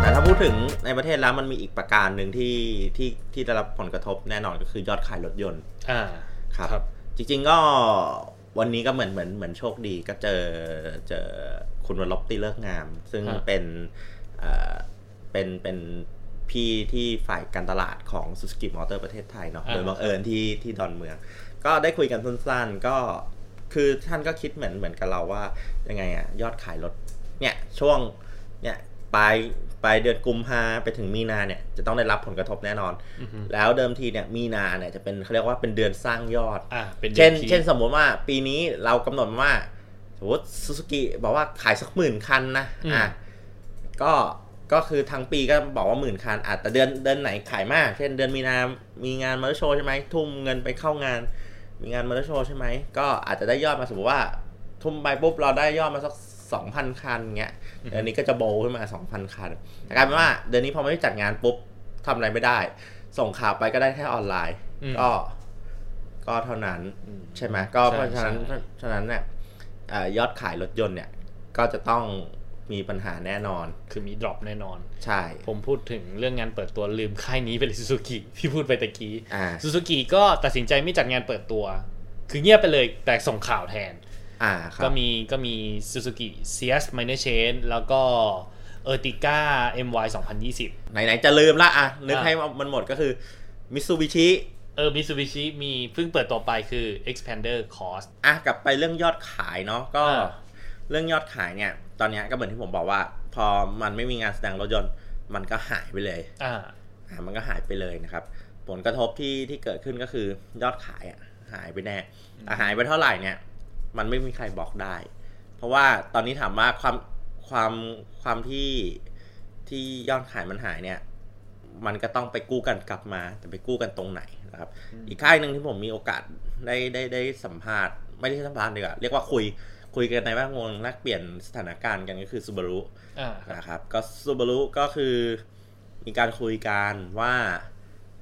แต่ถ้าพูดถึงในประเทศแล้วมันมีอีกประการหนึ่งที่ที่ที่ได้รับผลกระทบแน่นอนก็คือยอดขายรถยนต์ อ่า ครับ ครับ จริงๆก็วันนี้ก็เหมือนเหมือนเหมือนโชคดีก็เจอเจอคุณวันลบตีเลิกงาม ซึ่ง ฮะ เป็นเอ่อเป็นเป็นพี่ที่ฝ่ายการตลาดของ s u z u k i Motor ประเทศไทยเนาะ อ่า โดยบังเอิญที่ที่ดอนเมือง ก็ได้คุยกันสั้นๆ ก็คือท่านก็คิดเหมือนเหมือนกับเราว่ายังไงอะยอดขายรถเนี่ยช่วงเนี่ยปลายปลายเดือนกุมภาไปถึงมีนาเนี่ยจะต้องได้รับผลกระทบแน่นอน อือฮึ แล้วเดิมทีเนี่ยมีนาเนี่ยจะเป็นเขาเรียกว่าเป็นเดือนสร้างยอด อ่าเป็นดือ เช่น ที่ เช่นสมมติว่าปีนี้เรากำหนดมาว่าสมมติซูซูกิบอกว่าขายสักหมื่นคันนะอ่ะก็ก็คือทั้งปีก็บอกว่าหมื่นคันอาจแต่เดือนเดือนไหนขายมาก เช่นเดือนมีนามีงานมอเตอร์โชว์ใช่ไหมทุ่มเงินไปเข้างาน มีงานมอเตอร์โชว์ใช่ไหมก็อาจจะได้ยอดมาสมมติว่าทุ่มไปปุ๊บเราได้ยอดมาสัก 2,000 คันเงี้ยเดือนนี้ก็จะโบว์ขึ้นมา 2,000 คันแต่กลายเป็นว่าเดือนนี้พอไม่ได้จัดงานปุ๊บทำอะไรไม่ได้ ส่งข่าวไปก็ได้แค่ออนไลน์ อืม ก็ ก็เท่านั้น อืม ใช่ไหมก็ ใช่ เพราะฉะนั้น ใช่ ฉะนั้นเนี่ยเอ่อยอดขายรถยนต์เนี่ย ก็จะต้องมีปัญหาแน่นอน คือมีดรอปแน่นอน ใช่ ผมพูดถึงเรื่องงานเปิดตัวลืมค่ายนี้ไปเลยซูซูกิพี่พูดไปตะกี้ อ่า ซูซูกิก็ตัดสินใจไม่จัดงานเปิดตัว คือเงียบไปเลยแต่ส่งข่าวแทน อ่าครับ ก็มีก็มี Suzuki CS Minor Chain แล้วก็ Ertiga MY 2020 ไหน ๆ จะลืมละอ่ะ นึก อ่ะ ให้มันหมดก็คือมิตซูบิชิ เออ Mitsubishi มีเพิ่งเปิดตัวไปคือ Expander Cross อ่ะกลับไปเรื่องยอดขายเนาะก็ อ่า เรื่องยอดขายเนี่ย ตอนเนี้ยก็เหมือนที่ผมบอกว่า พอมันไม่มีงานแสดงรถยนต์ มันก็หายไปเลย อ่า อ่ะมันก็หายไปเลยนะครับ ผลกระทบที่ที่เกิดขึ้นก็คือยอดขายอ่ะหายไปแน่แต่หายไปเท่าไหร่เนี่ย มันไม่มีใครบอกได้ เพราะว่าตอนนี้ถามว่าความความความที่ที่ยอดขายมันหายเนี่ย มันก็ต้องไปกู้กันกลับมา แต่ไปกู้กันตรงไหนนะครับ อีกค่ายหนึ่งที่ผมมีโอกาสได้ได้ได้สัมภาษณ์ไม่ได้สัมภาษณ์ดีกว่าเรียกว่าคุยคุยกันในแวดวงนักเปลี่ยนสถานการณ์กันก็คือซูบารุ อ่า นะครับ ก็ซูบารุก็คือมีการคุยกันว่า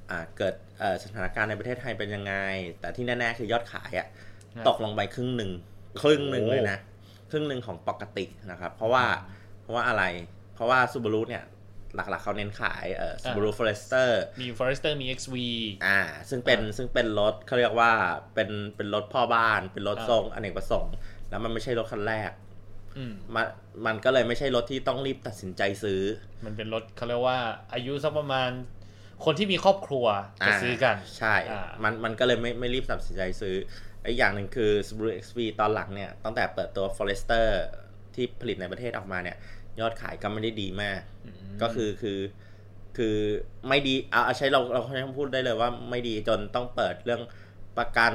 อ่าเกิดเอ่อสถานการณ์ในประเทศไทยเป็นยังไง แต่ที่แน่ๆคือยอดขายอะ ตกลงไปครึ่งหนึ่งครึ่งหนึ่ง โอ้ เลยนะ ครึ่งหนึ่งของปกตินะครับ เพราะว่าเพราะว่าอะไร เพราะว่าซูบารุเนี่ยหลักๆเขาเน้นขายเอ่อซูบารุฟอเรสเตอร์ มี Forester มี XV อ่าซึ่งเป็นซึ่งเป็นรถเขาเรียกว่าเป็นเป็นรถพ่อบ้าน เป็นรถ อ่า ทรงอเนกประสงค์แล้วมันไม่ใช่รถคันแรก อืม มันมันก็เลยไม่ใช่รถที่ต้องรีบตัดสินใจซื้อ มันเป็นรถเขาเรียกว่าอายุสักประมาณ คนที่มีครอบครัวจะซื้อกัน ใช่ อ่ามั มันมันก็เลยไม่ไม่รีบตัดสินใจซื้อไอ้อย่างหนึ่งคือ Subaru XV ตอนหลังเนี่ย ตั้งแต่เปิดตัว Forester ที่ผลิตในประเทศออกมาเนี่ย ยอดขายก็ไม่ได้ดีมาก ก็คือคือคือไม่ดีเอาเอาใช้เราเราใช้คำพูดได้เลยว่าไม่ดีจนต้องเปิดเรื่องประกัน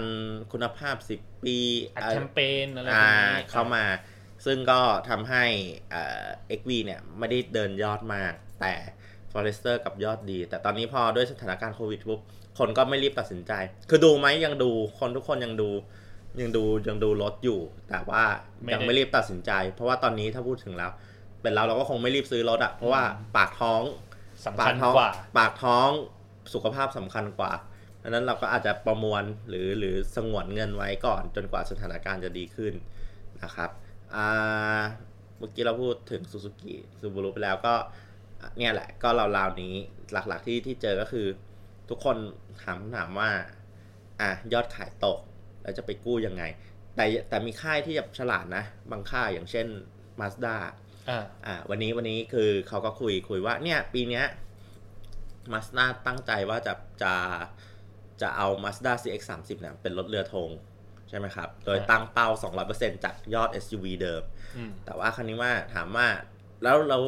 คุณภาพ 10 ปี อัด เอ่อ แคมเปญอะไรพว อ่าก นี้ เข้ามา ซึ่งก็ทำให้เอ่อ XV เนี่ยไม่ได้เดินยอดมาก แต่ Forester กับยอดดี แต่ตอนนี้พอด้วยสถานการณ์โควิดปุ๊บ คนก็ไม่รีบตัดสินใจ คือดูไหมยังดู คนทุกคนยังดู ยังดูยังดูรถอยู่ แต่ว่ายังไม่รีบตัดสินใจ เพราะว่าตอนนี้ถ้าพูดถึงแล้ว เป็นเราเราก็คงไม่รีบซื้อรถอะเพราะว่าปากท้อง สำ ปา คั ก ญ ท้อง กว่า ปากท้องสุขภาพสำคัญกว่าดังนั้นเราก็อาจจะประมวลหรือหรือสงวนเงินไว้ก่อน จนกว่าสถานการณ์จะดีขึ้นนะครับอ่าเมื่อกี้เราพูดถึงซูซูกิซูบูรุไปแล้วก็เนี่ยแหละก็ราวๆนี้หลักๆที่ที่เจอก็คือ ทุกคนถามคำถามว่าอ่ะยอดขายตก แล้วจะไปกู้ยังไง แต่แต่มีค่ายที่แบบฉลาดนะ บางค่ายอย่างเช่น Mazda อ่า อ่าวันนี้วันนี้คือเขาก็คุยคุยว่าเนี่ยปีเนี้ยมาสด้าตั้งใจว่าจะจะจะเอา Mazda CX 3 0เนี่ยเป็นรถเรือธงใช่ไหมครับ โดย ครับ ตั้งเป้า 200%จากยอด SUV เดิม อืม แต่ว่าครั้นี้ว่าถามว่าแล้วแล้ว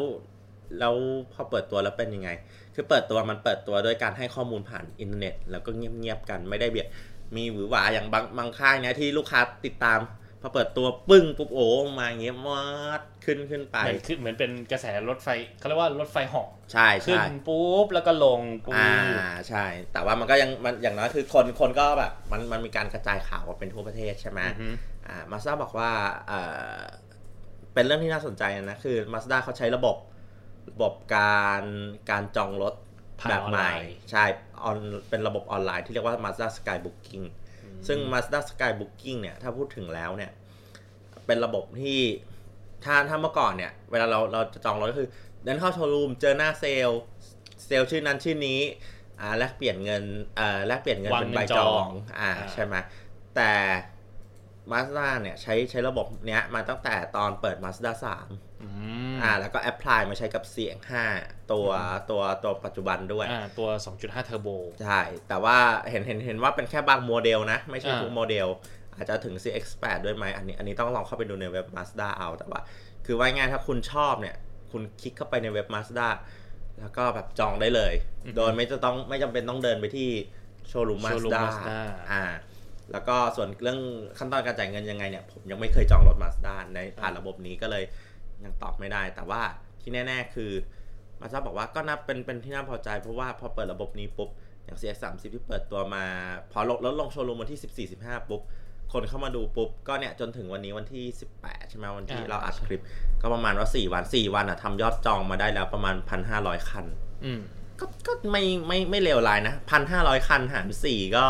แล้วพอเปิดตัวแล้วเป็นยังไง คือเปิดตัวมันเปิดตัวโดวยการให้ข้อมูลผ่านอินเทอร์เน็ต แล้วก็เงียบๆกันไม่ได้เบียดมีหวือหวาอย่างบางบางค่ายเนี่ยที่ลูกค้าติดตาม พอเปิดตัวปึ้งปุ๊บโอ้มาอย่างเงี้ยมอดขึ้นขึ้นไป เหมือนคือเหมือนเป็นกระแสรถไฟเขาเรียกว่ารถไฟเหอก ใช่ ขึ้น ใช่ ปุ๊บแล้วก็ลงปุ๊บ อ่าใช่ แต่ว่ามันก็ยังมันอย่างน้อยคือคนคนก็แบบมันมันมีการกระจายข่าวออกเป็นทั่วประเทศใช่ไหม อือฮึ อ่ามาสด้าบอกว่าเอ่อเป็นเรื่องที่น่าสนใจนะ คือมาสด้าเขาใช้ระบบระบบการการจองรถ ผ่าน แบบ ออน ให ไล ม่ น์ ใช่ออนเป็นระบบออนไลน์ที่เรียกว่า Mazda Sky Booking ซึ่ง Mazda Sky Booking เนี่ย ถ้าพูดถึงแล้วเนี่ย เป็นระบบที่ถ้าถ้าเมื่อก่อนเนี่ย เวลาเราเราจะจองรถก็คือ เดินเข้าโชว์รูมเจอหน้าเซลล์เซลล์ชื่อนั้นชื่อนี้อ่าแลกเปลี่ยนเงินเอ่อแลกเปลี่ยนเงิน วาง เป็น เงิน ใบจ จ อ อง งอ่า อ่า ใช่ไหมแต่มาสด้าเนี่ย ใช้ใช้ระบบเนี้ยมาตั้งแต่ตอนเปิด Mazda 3 อืม อ่าแล้วก็แอพพลายมาใช้กับ CX5 ตัวตัวตัวปัจจุบันด้วย อ่าตัว 2.5 เทอร์โบ ใช่ แต่ว่าเห็นเห็นเห็นว่าเป็นแค่บางโมเดลนะ ไม่ใช่ อ่า ทุกโมเดล อาจจะถึง CX8 ด้วยไหมอันนี้อันนี้ต้องลองเข้าไปดูในเว็บ Mazda เอา แต่ว่า คือว่าง่ายๆถ้าคุณชอบเนี่ย คุณคลิกเข้าไปในเว็บ Mazda แล้วก็แบบจองได้เลย โดยไม่จะต้องไม่จำเป็นต้องเดินไปที่โชว์รูม โชว์รูม Mazda Mazda อ่า แล้วก็ส่วนเรื่องขั้นตอนการจ่ายเงินยังไงเนี่ย ผมยังไม่เคยจองรถ Mazda ในผ่านระบบนี้ก็เลยยังตอบไม่ได้ แต่ว่าที่แน่ ๆ คือ มาซาบอกว่าก็นับเป็นเป็นที่น่าพอใจ เพราะว่าพอเปิดระบบนี้ปุ๊บ อย่าง CX 3 0ที่เปิดตัวมา พอลดลดลงโชว์รูมวันที่ 14 15 ปุ๊บ คนเข้ามาดูปุ๊บ ก็เนี่ยจนถึงวันนี้วันที่ 18 ใช่ไหมวันที่ อ่า เราอัดคลิป ก็ประมาณว่า 4 วัน 4 วันอ่ะทำยอดจองมาได้แล้วประมาณ 1,500 คัน อืม ก็ก็ไม่ไม่ไม่เลวร้ายนะ 1,500 คันหาร 4 ก็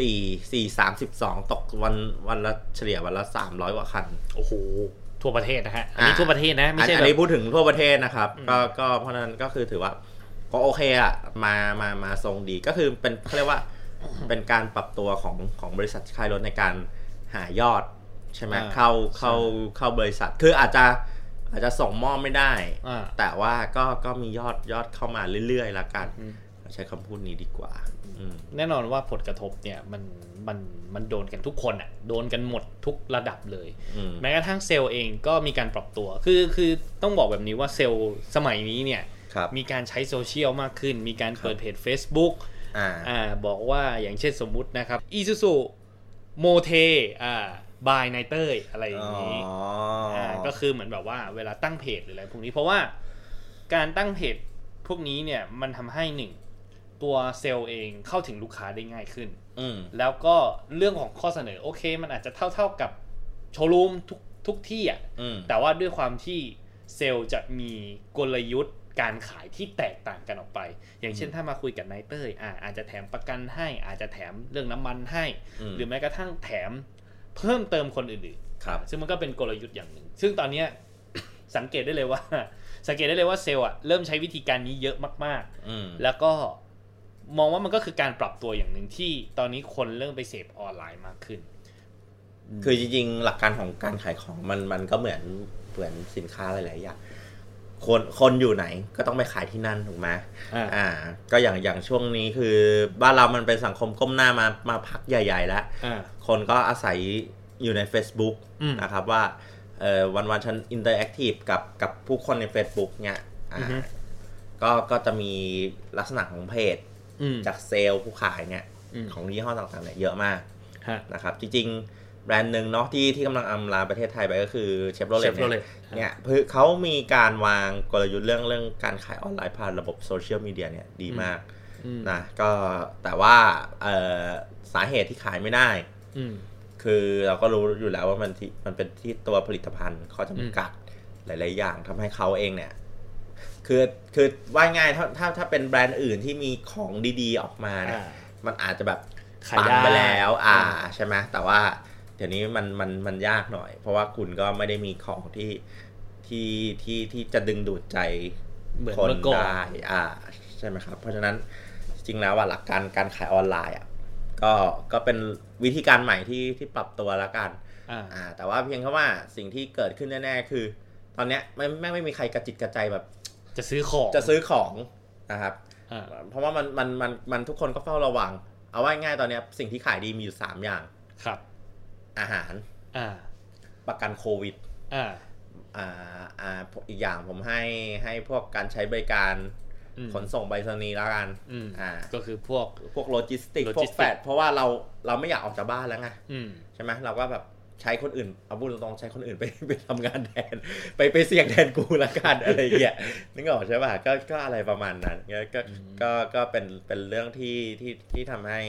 สี่สี่สามสิบสองตกวันวันละเฉลี่ยวันละสามร้อยกว่าคัน โอ้โห ทั่วประเทศนะฮะ อันนี้ อ่า ทั่วประเทศนะ ไม่ใช่ อัน แบ อันนี้ บ พูดถึงทั่วประเทศนะครับ อืม ก็ก็เพราะฉะนั้นก็คือถือว่าก็โอเคอะมามามาทรงดีก็คือเป็นเขาเรียกว่าเป็นการปรับตัวของของบริษัทค่ายรถในการหายอดใช่ไหม อ่า เข้าเข้าเข้าบริษัท คืออาจจะอาจจะส่งมอบไม่ได้ อ่า แต่ว่าก็ก็มียอดยอดเข้ามาเรื่อยๆละกัน อืม ใช้คำพูดนี้ดีกว่า อืม แน่นอนว่าผลกระทบเนี่ยมันมันมันโดนกันทุกคนอะโดนกันหมดทุกระดับเลย อืม แม้กระทั่งเซลล์เองก็มีการปรับตัว คือคือต้องบอกแบบนี้ว่าเซลล์สมัยนี้เนี่ย ครับ มีการใช้โซเชียลมากขึ้น มีการเปิดเพจ Facebook อ่า อ่าบอกว่าอย่างเช่นสมมุตินะครับอีซูซูโมเทอ่าบายไนเตอร์อะไรอย่างนี้ อ่าก็คือเหมือนแบบว่าเวลาตั้งเพจหรืออะไรพวกนี้เพราะว่าการตั้งเพจพวกนี้เนี่ยมันทำให้หนึ่งตัวเซลล์เองเข้าถึงลูกค้าได้ง่ายขึ้น อืม แล้วก็เรื่องของข้อเสนอโอเค มันอาจจะเท่าเท่าๆกับโชว์รูมทุกทุกที่อ่ะ อืม แต่ว่าด้วยความที่เซลล์จะมีกลยุทธ์การขายที่แตกต่างกันออกไป อย่างเช่นถ้ามาคุยกับนายเต้ยอ่าอาจจะแถมประกันให้ อาจจะแถมเรื่องน้ำมันให้ อืม หรือแม้กระทั่งแถมเพิ่มเติมคนอื่นๆ ครับ ซึ่งมันก็เป็นกลยุทธ์อย่างหนึ่ง ซึ่งตอนเนี้ย สังเกตได้เลยว่า [LAUGHS] สังเกตได้เลยว่าเซลล์อะเริ่มใช้วิธีการนี้เยอะมาก อืม ๆ แล้วก็มองว่ามันก็คือการปรับตัวอย่างหนึ่งที่ตอนนี้คนเริ่มไปเสพออนไลน์มากขึ้น คือจริงๆ หลักการของการขายของมันมันก็เหมือนเหมือนสินค้าหลายๆอย่างคนคนอยู่ไหนก็ต้องไปขายที่นั่นถูกไหม อ่า อ่า ก็อย่างอย่างช่วงนี้คือบ้านเรามันเป็นสังคมก้มหน้ามามาพักใหญ่ ๆ แล้ว อ่า คนก็อาศัยอยู่ใน Facebook อืม นะครับว่าเออวันวันๆฉันอินเตอร์แอคทีฟกับกับผู้คนใน Facebook เนี่ยอ่า อือฮึ ก็ก็จะมีลักษณะของเพจ อืม จากเซลล์ผู้ขายเนี่ย อืม ของยี่ห้อต่างๆเนี่ยเยอะมาก ฮะ นะครับจริงๆ แบรนด์หนึ่งเนาะที่ที่กำลังอำลาประเทศไทยไปก็คือเชฟโรเลต Chevrolet เนี่ยคือเขามีการวางกลยุทธ์เรื่องเรื่องการขายออนไลน์ผ่านระบบโซเชียลมีเดียเนี่ยดีมาก อืม นะก็แต่ว่าเอ่อสาเหตุที่ขายไม่ได้ อืม คือเราก็รู้อยู่แล้วว่ามันที่มันเป็นที่ตัวผลิตภัณฑ์ข้อจำกัดหลาย ๆ อย่างทำให้เขาเองเนี่ย คือคือว่าง่ายถ้าถ้าถ้าเป็นแบรนด์อื่นที่มีของดีๆออกมาเนี่ย อ่า มันอาจจะแบบ ขาย ปัง ได้ ไปแล้ว อ่า อ่า ใช่ไหมแต่ว่าเดี๋ยวนี้มันมันมันยากหน่อย เพราะว่าคุณก็ไม่ได้มีของที่ที่ที่ที่จะดึงดูดใจ เหมือน คน เมื่อก่อน ได้อ่าใช่ไหมครับ เพราะฉะนั้นจริงๆแล้วว่าหลักการการขายออนไลน์อ่ะก็ก็เป็นวิธีการใหม่ที่ที่ปรับตัวแล้วกัน อ่า อ่าแต่ว่าเพียงแค่ว่าสิ่งที่เกิดขึ้นแน่ๆคือ ตอนเนี้ยไม่ไม่ไม่มีใครกระจิตกระใจแบบ จะซื้อของ จะซื้อของนะครับ อ่า เพราะว่ามันมันมันมันทุกคนก็เฝ้าระวัง เอาไว้ง่ายๆตอนเนี้ยสิ่งที่ขายดีมีอยู่ 3 อย่าง ครับ อาหาร อ่า ประกันโควิด อ่า อ่าอ่าอีกอย่างผมให้ให้พวกการใช้บริการ อืม ขนส่งไปรษณีย์แล้วกัน อืม อ่า ก็คือพวก พวกโลจิสติก Logistic พวกแฟดเพราะว่าเราเราไม่อยากออกจากบ้านแล้วไง อืม ใช่ไหมเราก็แบบใช้คนอื่นเอาพูดตรงๆใช้คนอื่นไป [LAUGHS] ไปทำงานแทน [LAUGHS] ไปไปเสี่ยงแทนกูละกัน [LAUGHS] อะไรอย่างเงี้ยนึกออกใช่ป่ะก็ก็อะไรประมาณนั้นเงี้ยก็ อืม ก็ก็เป็นเป็นเรื่องที่ที่ที่ทำให้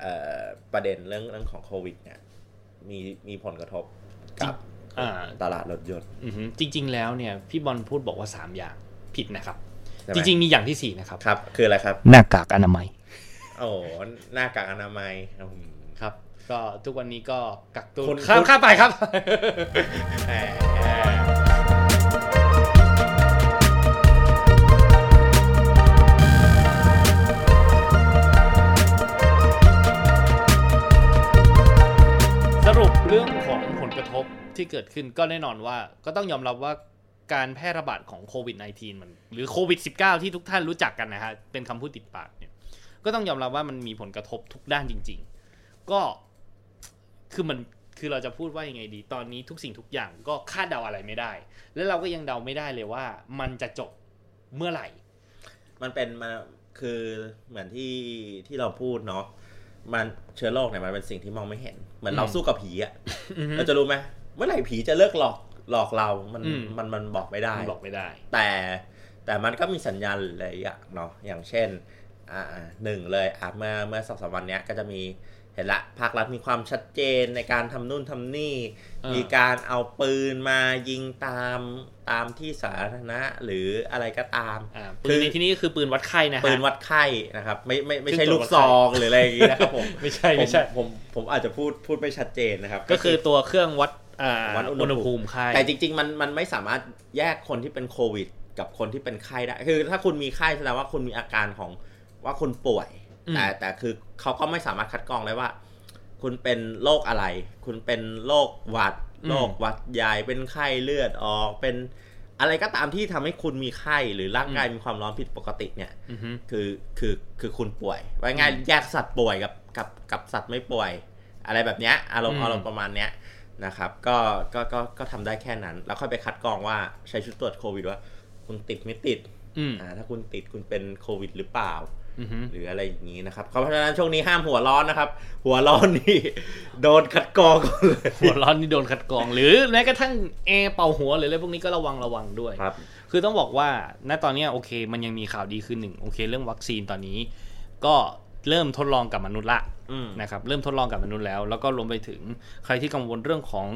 เอ่อประเด็นเรื่องเรื่องของโควิดเนี่ยมีมีผลกระทบกับ อ่า ตลาดรถยนต์ อือหือจริง ๆ แล้วเนี่ยพี่บอลพูดบอกว่าสามอย่างผิดนะครับ ใช่ไหม จริง ๆ มีอย่างที่สี่นะครับ ครับ คืออะไรครับ หน้ากากอนามัย โอ้โหหน้ากากอนามัยอืม ครับ ก็ทุกวันนี้ก็กักตุน คุณ ข้าม คุณ ข้ามไปครับ แหม สรุปเรื่องของผลกระทบที่เกิดขึ้นก็แน่นอนว่า ก็ต้องยอมรับว่าการแพร่ระบาดของโควิด -19 มันหรือโควิด -19 ที่ทุกท่านรู้จักกันนะฮะ เป็นคำพูดติดปากเนี่ย ก็ต้องยอมรับว่ามันมีผลกระทบทุกด้านจริง ๆ ก็คือมันคือเราจะพูดว่ายังไงดี ตอนนี้ทุกสิ่งทุกอย่างก็คาดเดาอะไรไม่ได้ และเราก็ยังเดาไม่ได้เลยว่า มันจะจบเมื่อไหร่ มันเป็นมาคือเหมือนที่ที่เราพูดเนาะมันเชื้อโรคเนี่ยมันเป็นสิ่งที่มองไม่เห็น เหมือนเรา อืม สู้กับผีอะเราจะรู้ไหมเมื่อไหร่ผีจะเลิกหลอกหลอกเรา มัน อืม มันมันบอกไม่ได้ มันบอกไม่ได้ แต่แต่มันก็มีสัญญาณหลายอย่างเนาะอย่างเช่นอ่าหนึ่งเลยอ่ะเมื่อเมื่อสองสามวันเนี้ยก็จะมี เห็นละภาครัฐมีความชัดเจนในการทำนู่นทำนี่ เออ มีการเอาปืนมายิงตามตามที่สาธารณะหรืออะไรก็ตาม อ่าปืนในที่นี้ก็คือปืนวัดไข้นะฮะ ปืนวัดไข้นะครับ ไม่ไม่ไม่ใช่ ซึ่งตรวจ ลูกซองหรืออะไรอย่างงี้นะครับผม [LAUGHS] ไม่ใช่ไม่ใช่ ผมผมผมอาจจะพูดพูดไม่ชัดเจนนะครับ ก็คือตัวเครื่องวัดอ่า วัดอุณหอุณหภูมิภูมิไข้ แต่จริงๆ มันมันไม่สามารถแยกคนที่เป็นโควิด กับคนที่เป็นไข้ได้ คือถ้าคุณมีไข้แสดงว่าคุณมีอาการของว่าคุณป่วย อืม แต่แต่คือเขาก็ไม่สามารถคัดกรองได้ว่า คุณเป็นโรคอะไร คุณเป็นโรคหวัดโรคหวัดใหญ่เป็นไข้เลือดออก เป็นอะไรก็ตามที่ทำให้คุณมีไข้หรือร่างกายมีความร้อนผิดปกติเนี่ย อือฮึ คือคือคือคุณป่วยไว้ง่ายแยกสัตว์ป่วยกับกับกับสัตว์ไม่ป่วย อะไรแบบเนี้ยอารม อื ณ์ ม อารมณ์ประมาณเนี้ยนะครับ ก็ก็ก็ก็ทำได้แค่นั้น แล้วค่อยไปคัดกรองว่าใช้ชุดตรวจโควิดว่า คุณติดไม่ติด อืม อ่าถ้าคุณติดคุณเป็นโควิดหรือเปล่า อือฮึ หรืออะไรอย่างนี้นะครับเพราะฉะนั้นช่วงนี้ห้ามหัวร้อนนะครับ หัวร้อนนี่ [LAUGHS] โดนคัดกรองก่อนเลย หัวร้อนนี่โดนขัดกรอง หรือแม้กระทั่งแอร์เป่าหัวหรืออะไรพวกนี้ก็ระวังระวังด้วย ครับ คือต้องบอกว่าณตอนเนี้ยโอเค มันยังมีข่าวดีคือหนึ่งโอเค เรื่องวัคซีนตอนนี้ ก็เริ่มทดลองกับมนุษย์ละ อืม นะครับเริ่มทดลองกับมนุษย์แล้ว แล้วก็รวมไปถึงใครที่กังวลเรื่องของ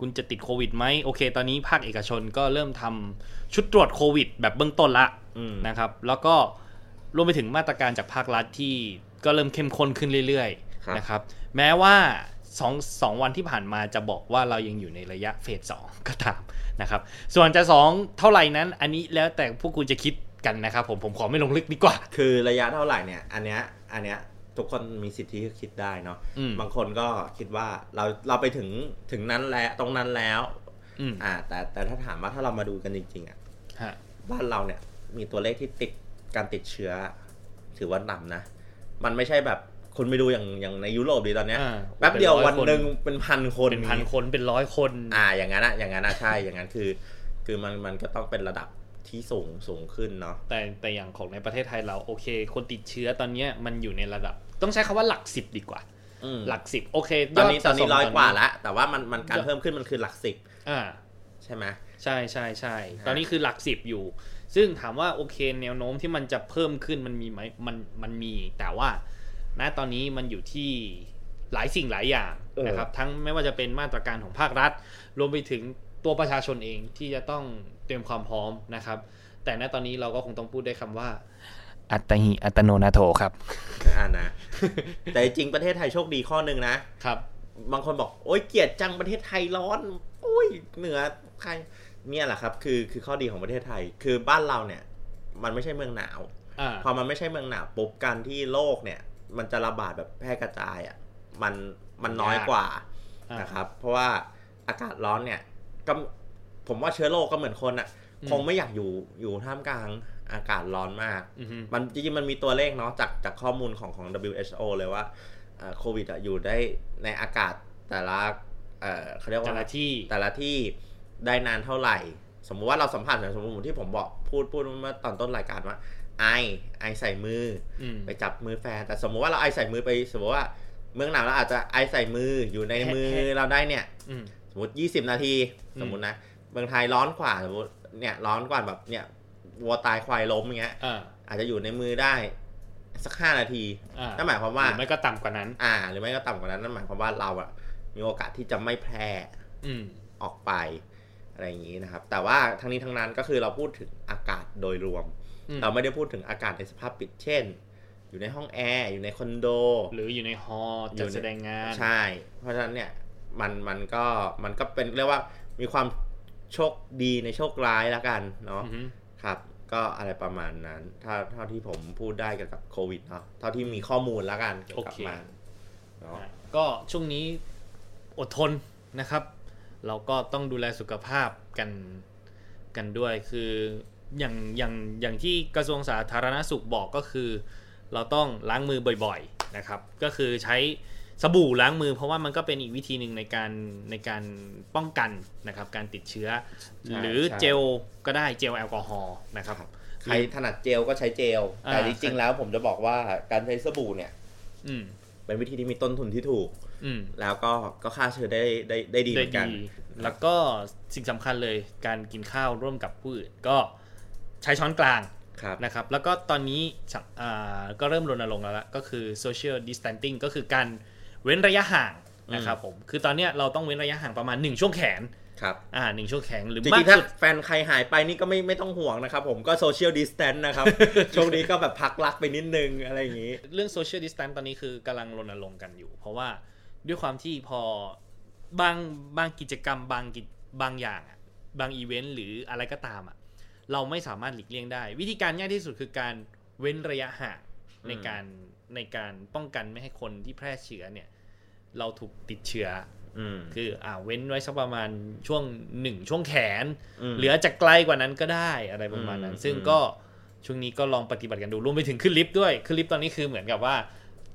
คุณจะติดโควิดไหมโอเค ตอนนี้ภาคเอกชนก็เริ่มทำชุดตรวจโควิด แบบเบื้องต้นละ อืม นะครับแล้วก็รวมไปถึงมาตรการจากภาครัฐที่ก็เริ่มเข้มข้นขึ้นเรื่อย ครับ ๆนะครับแม้ว่าสองสองวันที่ผ่านมาจะบอกว่าเรายังอยู่ในระยะเฟสสอง [LAUGHS] ก็ตามนะครับส่วนจะสองเท่าไหร่นั้นอันนี้แล้วแต่พวกคุณจะคิดกันนะครับผมผมขอไม่ลงลึกดีกว่า คือระยะเท่าไหร่เนี่ย อันเนี้ยอันเนี้ยทุกคนมีสิทธิ์ที่จะคิดได้เนาะ อืม บางคนก็คิดว่าเราเราไปถึงถึงนั้นแล้วตรงนั้นแล้ว อืม อ่า แต่แต่ถ้าถามว่าถ้าเรามาดูกันจริง ๆอ่ะ ฮะ บ้านเราเนี่ยมีตัวเลขที่ติดการติดเชื้อ ถือว่าต่ำนะ มันไม่ใช่แบบคุณไปดูอย่างอย่างในยุโรปดีตอนเนี้ย อ่า แป๊บเดียว ป็ร้อ วัน ค หนึ่งเป็นพันคน เป็นพันคนเป็นร้อยคน อ่าอย่างนั้นอะอย่างนั้นอะใช่อย่างนั้นคือ คือมันมันก็ต้องเป็นระดับที่สูงสูงขึ้นเนาะ แต่แต่อย่างของในประเทศไทยเราโอเค คนติดเชื้อตอนเนี้ยมันอยู่ในระดับ ต้องใช้คำว่าหลักสิบดีกว่า อืม หลักสิบโอเค ตอนนี้ ยด ต สะ อน ส นี้ ม ร้อย ต กว่าละแต่ว่ามันมันการ ยอด เพิ่มขึ้นมันคือหลักสิบ อ่า ใช่ไหม ใช่ใช่ใช่ ตอนนี้คือหลักสิบอยู่ ซึ่งถามว่าโอเคแนวโน้มที่มันจะเพิ่มขึ้นมันมีไหมมันมันมี แต่ว่า ณตอนนี้มันอยู่ที่หลายสิ่งหลายอย่าง เออ นะครับ ทั้งไม่ว่าจะเป็นมาตรการของภาครัฐ รวมไปถึงตัวประชาชนเองที่จะต้องเตรียมความพร้อมนะครับ แต่ณตอนนี้เราก็คงต้องพูดได้คำว่า อัตหิอัตโนนาโถครับ อ่านะ [LAUGHS] แต่จริงๆประเทศไทยโชคดีข้อหนึ่งนะ ครับ บางคนบอกโอ๊ยเกลียดจังประเทศไทยร้อน โอ้ยเหนือใครเนี่ยแหละครับ คือคือข้อดีของประเทศไทย คือบ้านเราเนี่ย มันไม่ใช่เมืองหนาว อ่า พอมันไม่ใช่เมืองหนาวปุ๊บการที่โรคเนี่ย มันจะระบาดแบบแพร่กระจายอ่ะมันมันน้อยกว่า อ่าน นะครับ เพราะว่าอากาศร้อนเนี่ยก็ผมว่าเชื้อโรคก็เหมือนคนอ่ะ คงไม่อยากอยู่อยู่ท่ามกลางอากาศร้อนมาก อือฮึ มันจริงๆมันมีตัวเลขเนาะจากจากข้อมูลของของ WHO เลยว่าเอ่อโควิดอะอยู่ได้ในอากาศแต่ละเอ่อเขาเรียก แต่ ว่า ละที่ แต่ละที่ได้นานเท่าไหร่ สมมุติว่าเราสัมผัสอย่างสมมติที่ผมบอกพูดพูดเมื่อตอนต้นรายการว่า ไอไอใส่มือ อืม ไปจับมือแฟน แต่สมมุติว่าเราไอใส่มือไปสมมติว่าเมืองหนาวเราอาจจะไอใส่มืออยู่ในมือ แฮะแฮะ เราได้เนี่ย อืม สมมติ 20 นาที อืม สมมตินะ เมืองไทยร้อนกว่าสมมติเนี่ยร้อนกว่าแบบเนี่ยวัวตายควายล้มอย่างเงี้ย อ่า อาจจะอยู่ในมือได้ สัก 5 นาที อ่า นั่นหมายความว่า หรือไม่ก็ต่ำกว่านั้น อ่า หรือไม่ก็ต่ำกว่านั้นนั่นหมายความว่าเราอะมีโอกาสที่จะไม่แพร่ อืม ออกไปอะไรอย่างนี้นะครับ แต่ว่าทั้งนี้ทั้งนั้นก็คือเราพูดถึงอากาศโดยรวม อืม เราไม่ได้พูดถึงอากาศในสภาพปิดเช่น อยู่ในห้องแอร์อยู่ในคอนโด หรืออยู่ในฮอลล์จัดแสดงงาน ใช่ เพราะฉะนั้นเนี่ยมันมันก็มันก็เป็นเรียกว่ามีความโชคดีในโชคร้ายแล้วกันเนาะ อือฮึ ครับ ก็อะไรประมาณนั้นถ้าเท่าที่ผมพูดได้เกี่ยวกับโควิดเนาะเท่าที่มีข้อมูลแล้วกันเกี่ยวกับ โอเค มันเนาะ ก็ช่วงนี้อดทนนะครับ เราก็ต้องดูแลสุขภาพกันกันด้วยคืออย่างอย่างอย่างที่กระทรวงสาธารณสุขบอกก็คือ เราต้องล้างมือบ่อยๆนะครับ ก็คือใช้สบู่ล้างมือ เพราะว่ามันก็เป็นอีกวิธีหนึ่งในการในการป้องกันนะครับการติดเชื้อ หรือเจลก็ได้เจลแอลกอฮอล์นะครับ ใครถนัดเจลก็ใช้เจล อ่า แต่จริงๆแล้วผมจะบอกว่าการใช้สบู่เนี่ย อืม เป็นวิธีที่มีต้นทุนที่ถูก อืม แล้วก็ก็ฆ่าเชื้อได้ได้ได้ดีเหมือนกัน ได้แล้วก็สิ่งสำคัญเลยการกินข้าวร่วมกับผู้อื่นก็ใช้ช้อนกลาง ครับ นะครับ แล้วก็ตอนนี้สังอ่าก็เริ่มรณรงค์แล้วละก็คือ social distancing ก็คือการ เว้นระยะห่างนะครับผมคือตอนเนี้ยเราต้องเว้นระยะห่างประมาณ 1 ช่วงแขน ครับ อ่าหนึ่งช่วงแขนหรือ จ มา ริ ก งๆ ถ้า สุด แฟนใครหายไปนี่ก็ไม่ไม่ต้องห่วงนะครับผมก็โซเชียลดิสแตนต์ [LAUGHS] นะครับ ช่วงนี้ก็แบบพักรักไปนิดนึงอะไรอย่างนี้ เรื่องโซเชียลดิส a ตน e ตอนนี้คือกำลังรณรงค์กันอยู่ เพราะว่าด้วยความที่พอบางบางกิจกรรมบางกิจบางอย่างอะบางอีเวนต์หรืออะไรก็ตามอะเราไม่สามารถหลีกเลี่ยงได้ วิธีการง่ายที่สุดคือการเว้นระยะห่าง อืม ในการในการป้องกันไม่ให้คนที่แพร่เชื้อเนี่ย เราถูกติดเชื้อ อืม คืออ่าเว้นไว้สักประมาณช่วงหนึ่งช่วงแขน อืม หรืออาจจะไกลกว่านั้นก็ได้อะไรประมาณนั้น อืม ซึ่งก็ช่วงนี้ก็ลองปฏิบัติกันดูรวมไปถึงขึ้นลิฟต์ด้วยขึ้นลิฟต์ตอนนี้คือเหมือนกับว่า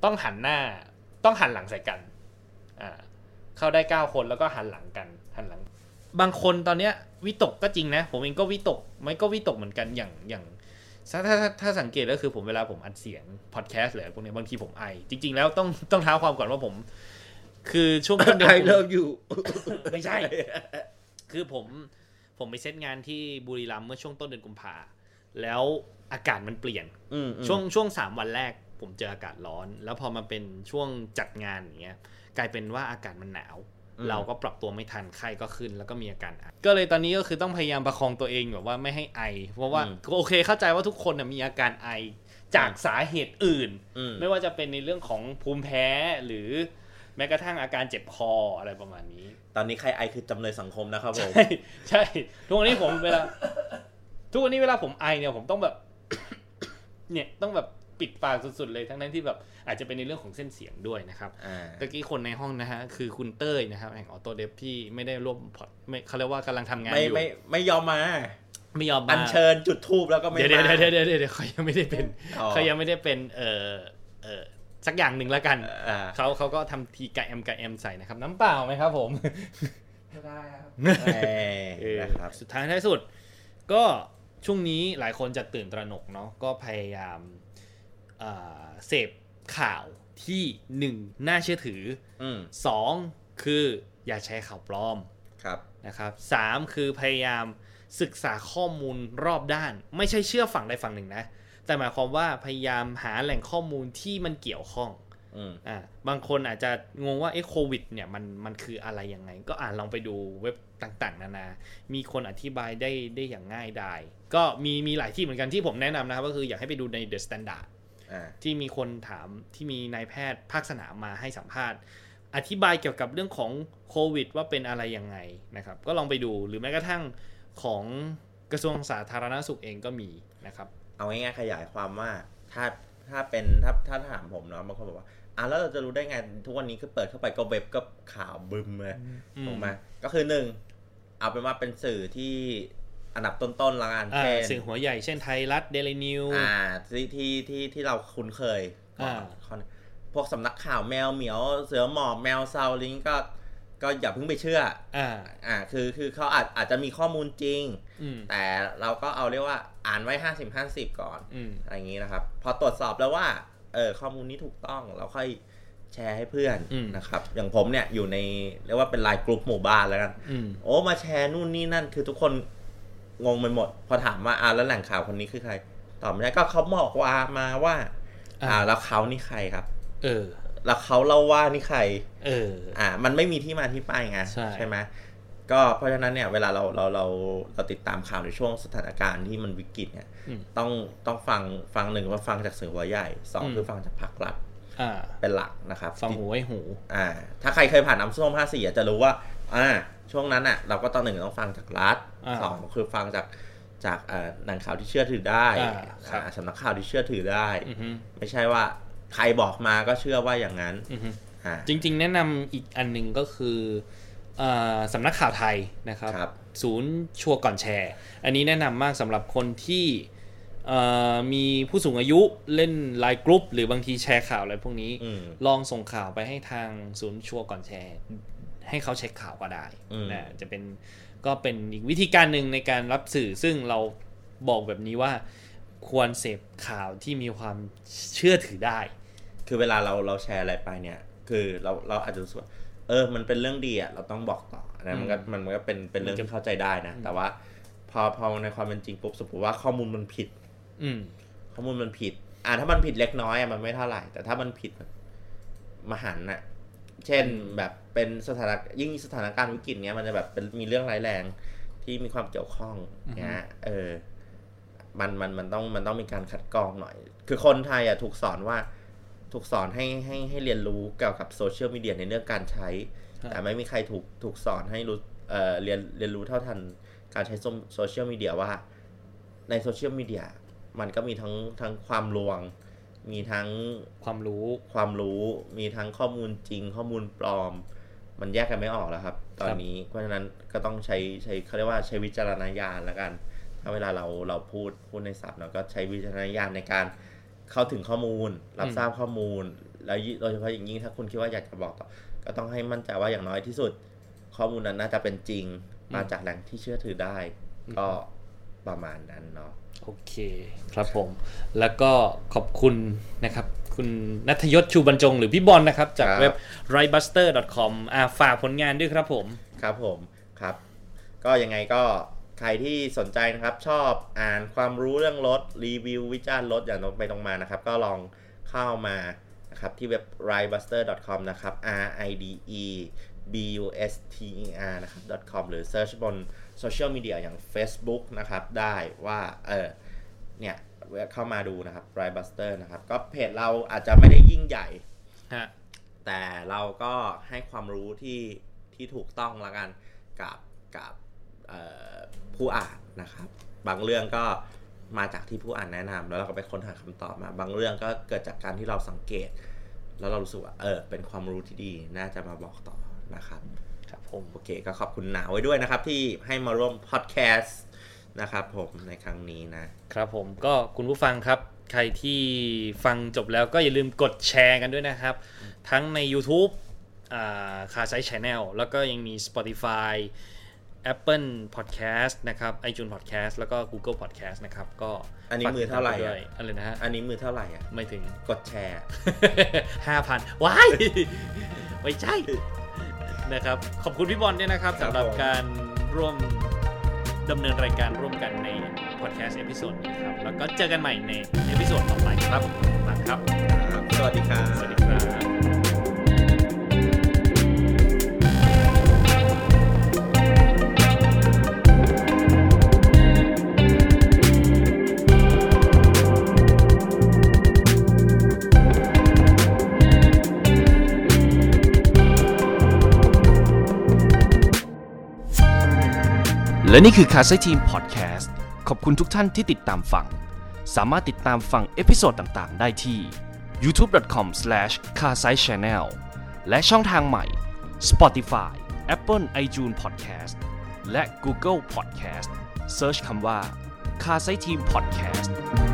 ต้องหันหน้าต้องหันหลังใส่กันอ่าเข้าได้เก้าคนแล้วก็หันหลังกันหันหลัง บางคนตอนเนี้ยวิตกก็จริงนะ ผมเองก็วิตกไม่ก็วิตกเหมือนกันอย่างอย่างถ้าถ้าถ้าถ้าสังเกตก็คือผมเวลาผมอัดเสียงพอดแคสต์หรืออะไรพวกเนี้ยบางทีผมไอจริง ๆ แล้วต้องต้องเท้าความก่อนว่าผม คือช่วงต้นเดือน I love you ไม่ใช่ คือผมผมไปเซตงานที่บุรีรัมย์เมื่อช่วงต้นเดือนกุมภาแล้วอากาศมันเปลี่ยน อืม ช่วงช่วงสามวันแรกผมเจออากาศร้อน แล้วพอมาเป็นช่วงจัดงานอย่างเงี้ยกลายเป็นว่าอากาศมันหนาว เราก็ปรับตัวไม่ทันไข้ก็ขึ้นแล้วก็มีอาการไอก็เลยตอนนี้ก็คือต้องพยายามประคองตัวเองแบบว่าไม่ให้ไอ เพราะว่า อืม โอเคเข้าใจว่าทุกคนน่ะมีอาการไอจากสาเหตุอื่น อืม ไม่ว่าจะเป็นในเรื่องของภูมิแพ้หรือแม้กระทั่งอาการเจ็บคออะไรประมาณนี้ ตอนนี้ใครไอคือจำเลยสังคมนะครับผม ใช่ใช่ทุกวันนี้ผมเวลา ทุกวันนี้เวลาผมไอเนี่ยผมต้องแบบ เนี่ยต้องแบบปิดปากสุดๆเลยทั้งนั้นที่แบบอาจจะเป็นในเรื่องของเส้นเสียงด้วยนะครับ อ่า ตะกี้คนในห้องนะฮะคือคุณเต้ยนะครับแห่งออโตเดฟที่ไม่ได้ร่วมพอดไม่เขาเรียกว่ากำลังทำงาน ไม่ อยู่ ไม่ไม่ยอมมา ไม่ยอมมา อัญเชิญจุดทูบแล้วก็ไม่ เดี๋ยว มา เดี๋ยวเดี๋ยวเดี๋ยวเดี๋ยวเดี๋ยวเขายังไม่ได้เป็น อ๋อ เขายังไม่ได้เป็น เออเออสักอย่างหนึ่งแล้วกัน อ่า เขาเขาก็ทำทีกะแอมกะแอมใส่นะครับน้ำเปล่าไหมครับผม เอ้ยนะครับ สุดท้ายท้ายสุด ก็ช่วงนี้หลายคนจะตื่นตระหนกเนาะก็พยายามเอ่อเสพข่าวที่ 1. น่าเชื่อถือ อืม 2. คืออย่าแชร์ข่าวปลอม ครับ นะครับ 3. คือพยายามศึกษาข้อมูลรอบด้าน ไม่ใช่เชื่อฝั่งใดฝั่งหนึ่งนะ แต่หมายความว่าพยายามหาแหล่งข้อมูลที่มันเกี่ยวข้อง อืม อ่าบางคนอาจจะงงว่าเอ๊ะโควิดเนี่ยมันมันคืออะไรยังไง ก็อ่านลองไปดูเว็บต่างๆ นานา มีคนอธิบายได้ได้อย่างง่ายดายก็มีมีหลายที่เหมือนกันที่ผมแนะนำนะครับ ก็คืออยากให้ไปดูใน The Standard อ่า ที่มีคนถามที่มีนายแพทย์ภาคสนามมาให้สัมภาษณ์ อธิบายเกี่ยวกับเรื่องของโควิด ว่าเป็นอะไรยังไงนะครับ ก็ลองไปดูหรือแม้กระทั่งของกระทรวงสาธารณสุขเองก็มีนะครับ เอาง่ายๆขยายความว่าถ้าถ้าเป็นถ้าถ้าถามผมเนาะบางคนบอกว่าอ่ะแล้วเราจะรู้ได้ไงทุกวันนี้คือเปิดเข้าไปก็เว็บก็ข่าวบึมเลย อืม ถูกไหมก็คือหนึ่งเอาเป็นว่าเป็นสื่อที่อันดับต้นๆละกัน อ่า เช่น สิ่งหัวใหญ่เช่นไทยรัฐเดลินิว อ่าที่ที่ที่ที่เราคุ้นเคย อ่า ก่อนพวกสำนักข่าวแมวเหมียว เสือหมอบแมวเซาลิงก็ก็อย่าเพิ่งไปเชื่อ อ่า อ่าคือคือเขาอาจอาจจะมีข้อมูลจริง อืม แต่เราก็เอาเรียกว่าอ่านไว้ห้าสิบห้าสิบก่อน อืม อะไรอย่างนี้นะครับ พอตรวจสอบแล้วว่าเออข้อมูลนี้ถูกต้องเราค่อยแชร์ให้เพื่อน อืม นะครับ อย่างผมเนี่ยอยู่ในเรียกว่าเป็นไลน์กลุ่มหมู่บ้านแล้วกัน อืม โอ้มาแชร์นู่นนี่นั่นคือทุกคนงงไปหมด พอถามว่าอ่าแล้วแหล่งข่าวคนนี้คือใคร ตอบไม่ได้ก็เขาบอกว่ามาว่า อ่า อ่าแล้วเขานี่ใครครับ เออ แล้วเขาเล่าว่านี่ใคร เออ อ่ามันไม่มีที่มาที่ไปไง ใช่ ไหมก็เพราะฉะนั้นเนี่ยเวลาเราเราเราเราติดตามข่าวในช่วงสถานการณ์ที่มันวิกฤตเนี่ย อืม ต้องต้องฟังฟังหนึ่งว่าฟังจากสื่อหัวใหญ่สอง อืม คือฟังจากภาครัฐ อ่า เป็นหลักนะครับ ฟังหูไว้หู อ่า ถ้าใครเคยผ่านน้ำส้มห้าสี่จะรู้ว่าอ่าช่วงนั้นอ่ะ เราก็ต้องหนึ่งต้องฟังจากรัฐ อ่า สองคือฟังจากจากเอ่อแหนังข่าวที่เชื่อถือได้ อ่าครับ อ่าสำนักข่าวที่เชื่อถือได้ อือฮึ ไม่ใช่ว่าใครบอกมาก็เชื่อว่าอย่างนั้น อือฮึ อ่า จริง ๆ แนะนำอีกอันหนึ่งก็คืออ่าสำนักข่าวไทยนะครับ ครับ ศูนย์ชัวร์ก่อนแชร์ อันนี้แนะนำมากสำหรับคนที่เอ่อมีผู้สูงอายุเล่นไลน์กรุ๊ป หรือบางทีแชร์ข่าวอะไรพวกนี้ อืม ลองส่งข่าวไปให้ทางศูนย์ชัวร์ก่อนแชร์ ให้เขาเช็คข่าวก็ได้ อืม นะจะเป็นก็เป็นอีกวิธีการหนึ่งในการรับสื่อซึ่งเราบอกแบบนี้ว่าควรเสพข่าวที่มีความเชื่อถือได้ คือเวลาเราเราแชร์อะไรไปเนี่ย คือเราเราอาจจะรู้สึกว่าเออ มันเป็นเรื่องดีอ่ะเราต้องบอกต่ออันนะมันก็มันมันก็เป็นเป็นเรื่องที่เข้าใจได้นะ แต่ว่า พอพอในความเป็นจริงปุ๊บสมมติว่าข้อมูลมันผิด อืม ข้อมูลมันผิด อ่าถ้ามันผิดเล็กน้อยอะมันไม่เท่าไหร่ แต่ถ้ามันผิดแบบมหันต์น่ะ เช่นแบบเป็นสถานยิ่งสถานการณ์วิกฤตเนี้ยมันจะแบบเป็นมีเรื่องร้ายแรงที่มีความเกี่ยวข้องเนี้ยเออ มันมันมันต้องมันต้องมีการคัดกรองหน่อย คือคนไทยอ่ะถูกสอนว่าถูกสอนให้ให้ให้เรียนรู้เกี่ยวกับโซเชียลมีเดียในเรื่องการใช้ ครับ แต่ไม่มีใครถูกถูกสอนให้รู้เอ่อเรียนเรียนรู้เท่าทันการใช้โซเชียลมีเดียว่า ในโซเชียลมีเดียมันก็มีทั้งทั้งความลวง มีทั้ง ความรู้ ความรู้มีทั้งข้อมูลจริงข้อมูลปลอม มันแยกกันไม่ออกแล้วครับ ตอนนี้เพราะฉะนั้นก็ต้องใช้ใช้เขาเรียกว่าใช้วิจารณญาณแล้วกัน ถ้าเวลาเราเราพูดพูดในศัพท์เราก็ใช้วิจารณญาณในการเข้าถึงข้อมูล รับ อืม ทราบข้อมูล แล้วยิ่งโดยเฉพาะอย่างยิ่งถ้าคุณคิดว่าอยากจะบอกต่อก็ต้องให้มั่นใจว่าอย่างน้อยที่สุด ข้อมูลนั้นน่าจะเป็นจริง มาจากแหล่งที่เชื่อถือได้ ก็ประมาณนั้นเนาะ โอเคครับผม แล้วก็ขอบคุณนะครับ คุณนัทยศชูบรรจงหรือพี่บอลนะครับ จาก ครับ เว็บ r i b u s t e r c o m อ่าฝากผลงานด้วยครับผม ครับผมครับ ก็ยังไงก็ใครที่สนใจนะครับชอบอ่านความรู้เรื่องรถรีวิววิจารณ์รถอย่างตรงไปตรงมานะครับ ก็ลองเข้ามานะครับที่เว็บ ridebuster.com นะครับ r i d e b u s t e r นะครับ .com หรือ search บนโซเชียลมีเดียอย่าง Facebook นะครับ ได้ว่าเออ เนี่ย เข้ามาดูนะครับ ridebuster นะครับ ก็เพจเราอาจจะไม่ได้ยิ่งใหญ่ ฮะ แต่เราก็ให้ความรู้ที่ที่ถูกต้องละกันกับกับเอ่อผู้อ่านนะครับ บางเรื่องก็มาจากที่ผู้อ่านแนะนำแล้วเราก็ไปค้นหาคำตอบมา บางเรื่องก็เกิดจากการที่เราสังเกต แล้วเรารู้สึกว่าเออเป็นความรู้ที่ดีน่าจะมาบอกต่อนะครับ ครับผม โอเคก็ขอบคุณหนาวไว้ด้วยนะครับ ที่ให้มาร่วมพอดแคสต์นะครับผมในครั้งนี้นะครับ ผมก็คุณผู้ฟังครับ ใครที่ฟังจบแล้วก็อย่าลืมกดแชร์กันด้วยนะครับ ทั้งใน YouTube อ่าคาไซช n e l แล้วก็ยังมี Spotify Apple Podcast นะครับ iTunes Podcast แล้วก็ Google Podcast นะครับก็ อันนี้มือเท่าไหร่ ฝกติดตม อะ ด้วยอะไรนะฮะ อันนี้มือเท่าไหร่อ่ะ ไม่ถึง กดแชร์ ห้าพันว้ายไม่ใช่นะครับ ขอบคุณพี่บอลด้วยนะครับ ครับ สำหรับ ผม การร่วมดำเนินรายการร่วมกันในพอดแคสต์เอพิโซดนี้ครับ แล้วก็เจอกันใหม่ในเอพิโซดต่อไปครับขอบคุณมากครับ ครับสวัสดีครับ สวัสดีครับ และนี่คือคาเซทีมพอดแคสต์ขอบคุณทุกท่านที่ติดตามฟัง สามารถติดตามฟังเอพิโซดต่างๆ ได้ที่ youtube.com c a s a i channel และช่องทางใหม่ Spotify Apple iTunes Podcast และ Google Podcast Search คำว่า c a s a i Team Podcast